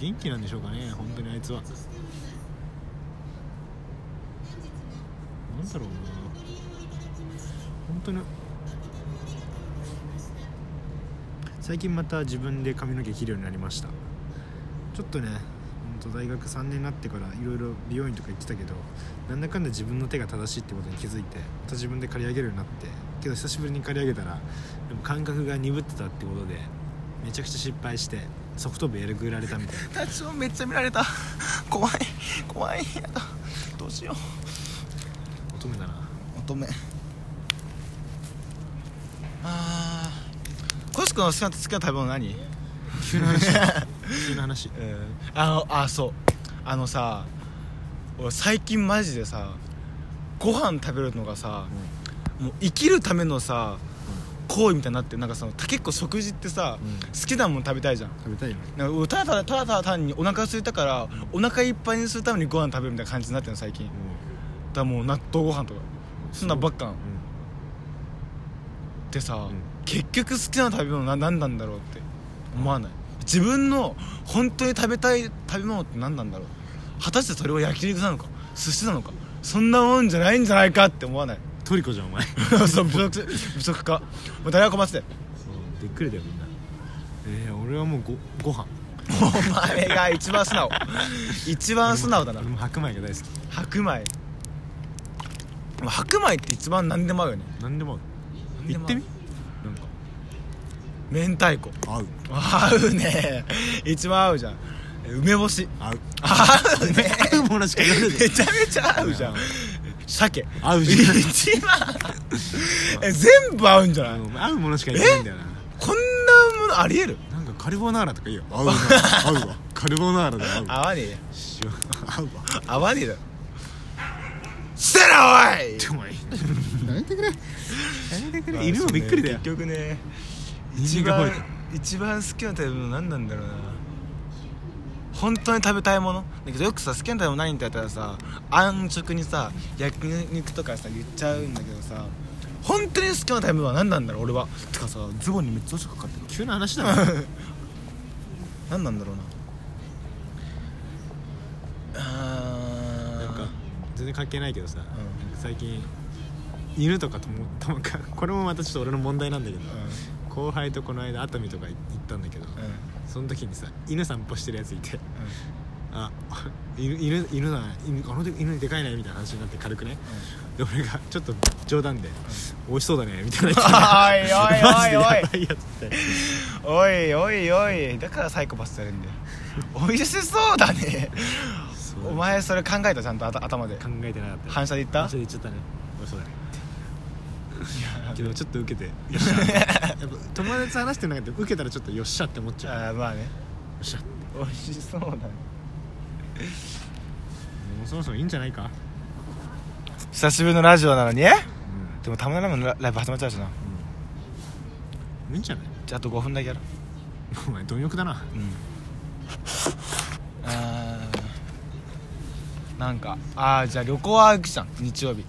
Speaker 2: 元気なんでしょうかね本当にあいつはなんだろうな本当に最近また自分で髪の毛切るようになりましたちょっとねほんと大学3年になってからいろいろ美容院とか行ってたけどなんだかんだ自分の手が正しいってことに気づいてまた自分で刈り上げるようになってけど久しぶりに刈り上げたらでも感覚が鈍ってたってことでめちゃくちゃ失敗してソフト部やるぐられたみたい
Speaker 1: タ
Speaker 2: な
Speaker 1: チをめっちゃ見られた怖い怖いやだどうしよ
Speaker 2: 乙女だな
Speaker 1: う乙女あーコシ君の好きな好きな食べ物何
Speaker 2: 急な話急な [laughs] 話
Speaker 1: うんあのあそうあのさ俺最近マジでさご飯食べるのがさ、もう生きるためのさ、行為みたいになってなんかその結構食事ってさ、
Speaker 2: うん
Speaker 1: 好きなもの食べたいじゃん
Speaker 2: 食べたいよね
Speaker 1: なんか俺ただただただただ単にお腹空いたからお腹いっぱいにするためにご飯食べるみたいな感じになってるの最近だからもう納豆ご飯とかそんなんばっかんでさ、
Speaker 2: ん
Speaker 1: 結局好きな食べ物な何なんだろうって思わない自分の本当に食べたい食べ物って何なんだろう果たしてそれは焼肉なのか寿司なのかそんなもんじゃないんじゃないかって思わ
Speaker 2: [laughs]
Speaker 1: ない
Speaker 2: トリコじゃんお前
Speaker 1: そう不足不足かもう誰が困ってたよ
Speaker 2: びっくりだよみんなえー、俺はもうごご飯
Speaker 1: お前が一番素
Speaker 2: [laughs]
Speaker 1: 直一番素直だな
Speaker 2: 俺も白米が大好き
Speaker 1: 白米白米って一番何でも合うよね
Speaker 2: 何でも合う
Speaker 1: 言
Speaker 2: 行
Speaker 1: っ
Speaker 2: ってて
Speaker 1: み
Speaker 2: みなんか
Speaker 1: 明太子
Speaker 2: 合う
Speaker 1: 合うね一番合うじゃん梅干し
Speaker 2: 合う
Speaker 1: 合うね
Speaker 2: 合うものしか言わない
Speaker 1: めちゃめちゃ合うじゃん鮭
Speaker 2: 合うじゃん
Speaker 1: 一番え全部合うんじゃない、
Speaker 2: で合うものしか言わないんだよな
Speaker 1: こんなものありえる
Speaker 2: なんかカルボナーラとかいいよ合うな合うわカルボナーラで合う
Speaker 1: 合
Speaker 2: わ
Speaker 1: わねえよ
Speaker 2: しよう合うわ
Speaker 1: 合わねえだろしてろ
Speaker 2: お前やめてくれやめてく
Speaker 1: お
Speaker 2: れ
Speaker 1: い
Speaker 2: 犬もびっくりだよ
Speaker 1: 結局ね一
Speaker 2: 人間が
Speaker 1: 番
Speaker 2: 吠えた
Speaker 1: 一番好きな食べ物何なんだろうな本当に食べたいものだけどよくさ好きな食べ物何ってやったらさ安直にさ焼肉とかさ言っちゃうんだけどさ本当に好きな食べ物は何なんだろう俺はてかさズボンにめっちゃおしかかってる
Speaker 2: 急な話だな
Speaker 1: [laughs] 何なんだろうなあー
Speaker 2: なんか全然関係ないけどさ
Speaker 1: う
Speaker 2: 最近犬とかともともかこれもまたちょっと俺の問題なんだけど
Speaker 1: う
Speaker 2: 後輩とこの間熱海とか行ったんだけど
Speaker 1: んうん
Speaker 2: その時にさ犬散歩してるやついてあ犬犬犬だな犬あので犬でかいねみたいな話になって軽くねで俺がちょっと冗談で「美味しそうだね」みたいな言ったらマジで
Speaker 1: [laughs] おいおいおいおいおいお
Speaker 2: やばいやつだよ
Speaker 1: いおいだからサイコパスされるんだよ [laughs] 美味しそうだね
Speaker 2: そう
Speaker 1: お前それ考えたちゃんとあた頭で
Speaker 2: 考えてなかった
Speaker 1: 反射で言った
Speaker 2: 反射で言っちゃったね美味しそうだねけどちょっ
Speaker 1: [laughs]
Speaker 2: と受けてよっしゃやっぱ友達と話してる中で受けたらちょっとよっしゃって思っちゃうよ
Speaker 1: あーまあね
Speaker 2: っしゃって
Speaker 1: 美味しそうだね
Speaker 2: もうそろそろいいんじゃないか
Speaker 1: 久しぶりのラジオなのにで
Speaker 2: う
Speaker 1: もたまらないもんラライブ始まっちゃうしなん
Speaker 2: いいんじゃない
Speaker 1: じゃああと5分だけやろ
Speaker 2: お前貪欲だな
Speaker 1: うんあーなんかああじゃあ旅行は行くじゃん日曜日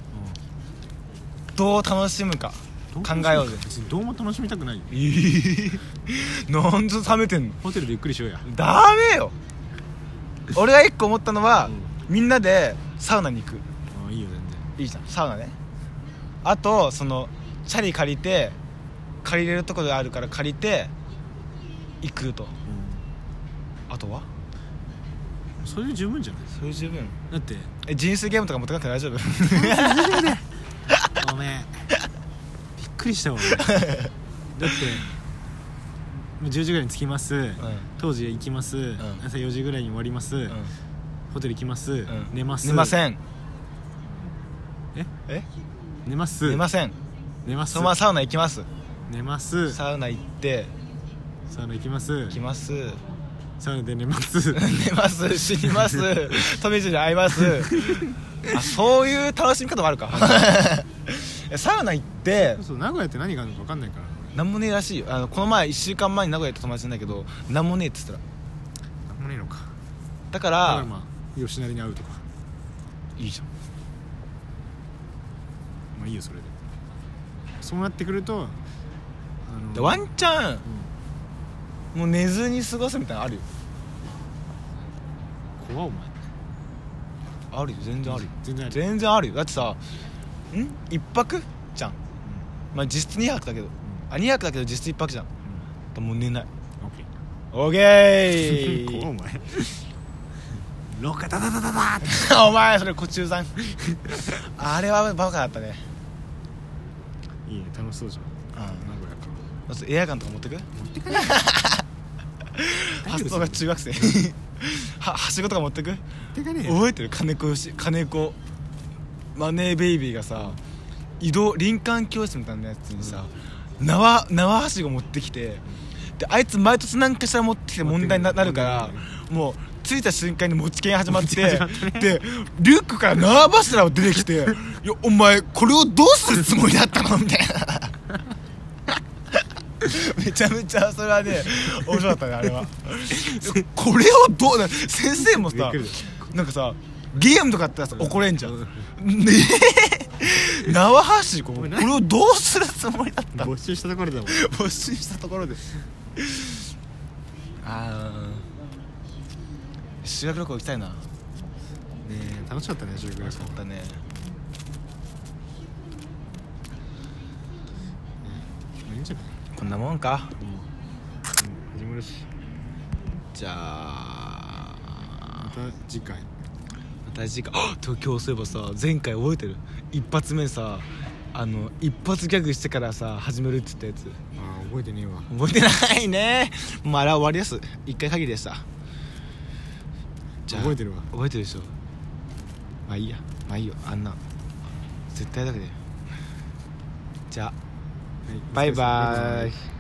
Speaker 1: どう楽しむか
Speaker 2: どう
Speaker 1: 考えよ [laughs] うぜ
Speaker 2: 別にどうも楽しみたくないよ
Speaker 1: ええなんで冷めてんの
Speaker 2: ホテルでゆっくりしようや
Speaker 1: ダメよ俺が一個思ったのは、みんなでサウナに行く
Speaker 2: ああいいよ全
Speaker 1: い
Speaker 2: 然
Speaker 1: いじゃんサウナねあとそのチャリ借りて借りれるとこがあるから借りて行くとあとは
Speaker 2: それで十分じゃない
Speaker 1: それ十分
Speaker 2: だって
Speaker 1: え人生ゲームとか持ってなくて大丈夫
Speaker 2: ごめんびっく
Speaker 1: [laughs]
Speaker 2: りしたわ俺だってもう10時ぐらいに着きます、当時行きます、朝4時ぐらいに終わります、
Speaker 1: うん
Speaker 2: ホテル行きます、
Speaker 1: うん
Speaker 2: 寝ま
Speaker 1: [laughs]
Speaker 2: す
Speaker 1: 寝ません
Speaker 2: え
Speaker 1: え
Speaker 2: 寝ます
Speaker 1: 寝ません
Speaker 2: 寝ます
Speaker 1: そのままサウナ行きます
Speaker 2: 寝ますサ
Speaker 1: サウナ行って
Speaker 2: ウナ行きます
Speaker 1: 行きます
Speaker 2: サウナで寝ます
Speaker 1: [laughs] 寝ます死にます富士に会いますあそういう楽しみ方もあるかえサウナ行って
Speaker 2: そう名古屋って何があるのか分かんないから
Speaker 1: なんもねえらしいよあのこの前1週間前に名古屋行った友達なんだけどなんもねえって言ってたら
Speaker 2: 俺ねえのか
Speaker 1: だから
Speaker 2: だからまあ吉成に会うとか
Speaker 1: いいじゃん
Speaker 2: まあいいよそれでそうなってくるとあの
Speaker 1: でワンチャン
Speaker 2: う
Speaker 1: もう寝ずに過ごすみたいなのあるよ
Speaker 2: ん怖っお前
Speaker 1: あるよ全然あるよ
Speaker 2: 全然ある
Speaker 1: 全然あるよだってさん一泊じゃんまあ実質2泊だけどあ2泊だけど実質一泊じゃんもう寝ない
Speaker 2: うんオッケ
Speaker 1: オー
Speaker 2: ー [laughs]
Speaker 1: ケ
Speaker 2: 怖っお
Speaker 1: ー
Speaker 2: 前廊下ダダダダダーって
Speaker 1: [laughs] お前それコチュさんあれはバカだったね
Speaker 2: いいね楽しそうじゃん
Speaker 1: うん
Speaker 2: 名古屋か
Speaker 1: まずエアガンとか持ってく
Speaker 2: 持ってか
Speaker 1: [laughs]
Speaker 2: ない
Speaker 1: 発想が中学生ははしごとか持ってく
Speaker 2: 持ってかねえよ
Speaker 1: 覚えてる金子よし金子マネーベイビーがさ移動林間教室みたいなやつにさ縄縄はしご持ってきてであいつ毎年何かしら持ってきて問題にな
Speaker 2: 持
Speaker 1: な
Speaker 2: っ
Speaker 1: る
Speaker 2: てくる
Speaker 1: から
Speaker 2: 問題
Speaker 1: もう着いた瞬間に持ち券始まって
Speaker 2: 持ち券始まって
Speaker 1: でリュックから縄柱を出てきて「いやお前これをどうするつもりだったの?」みたいな [laughs] めちゃめちゃそれは [laughs] ね面白かったねあれはこれをどうな先生も
Speaker 2: びっ
Speaker 1: さ
Speaker 2: くり
Speaker 1: なんかさゲームとかやってさ怒れんじゃん
Speaker 2: う
Speaker 1: ね [laughs] え縄橋こ
Speaker 2: お
Speaker 1: こ
Speaker 2: 前
Speaker 1: れ
Speaker 2: 何
Speaker 1: をどうするつもりだったの
Speaker 2: 没収したところでも
Speaker 1: 没収したところでああ修学旅行行きたいな
Speaker 2: ねえ楽しかったね修学旅行
Speaker 1: そうだね
Speaker 2: まあいいんじゃない
Speaker 1: こんなもんか
Speaker 2: もう始まるし
Speaker 1: じゃあ
Speaker 2: また次回
Speaker 1: また次回あ東京そういえばさ前回覚えてる一発目さあの一発ギャグしてからさ始めるって言ったやつ
Speaker 2: ああ覚えてねえわ
Speaker 1: 覚えてないねもうあれは終わりです一回限りでした
Speaker 2: 覚えてるわ
Speaker 1: 覚えてるでしょまあいいやまあいいよあんな絶対だけでじゃあ
Speaker 2: はい
Speaker 1: バイバーイ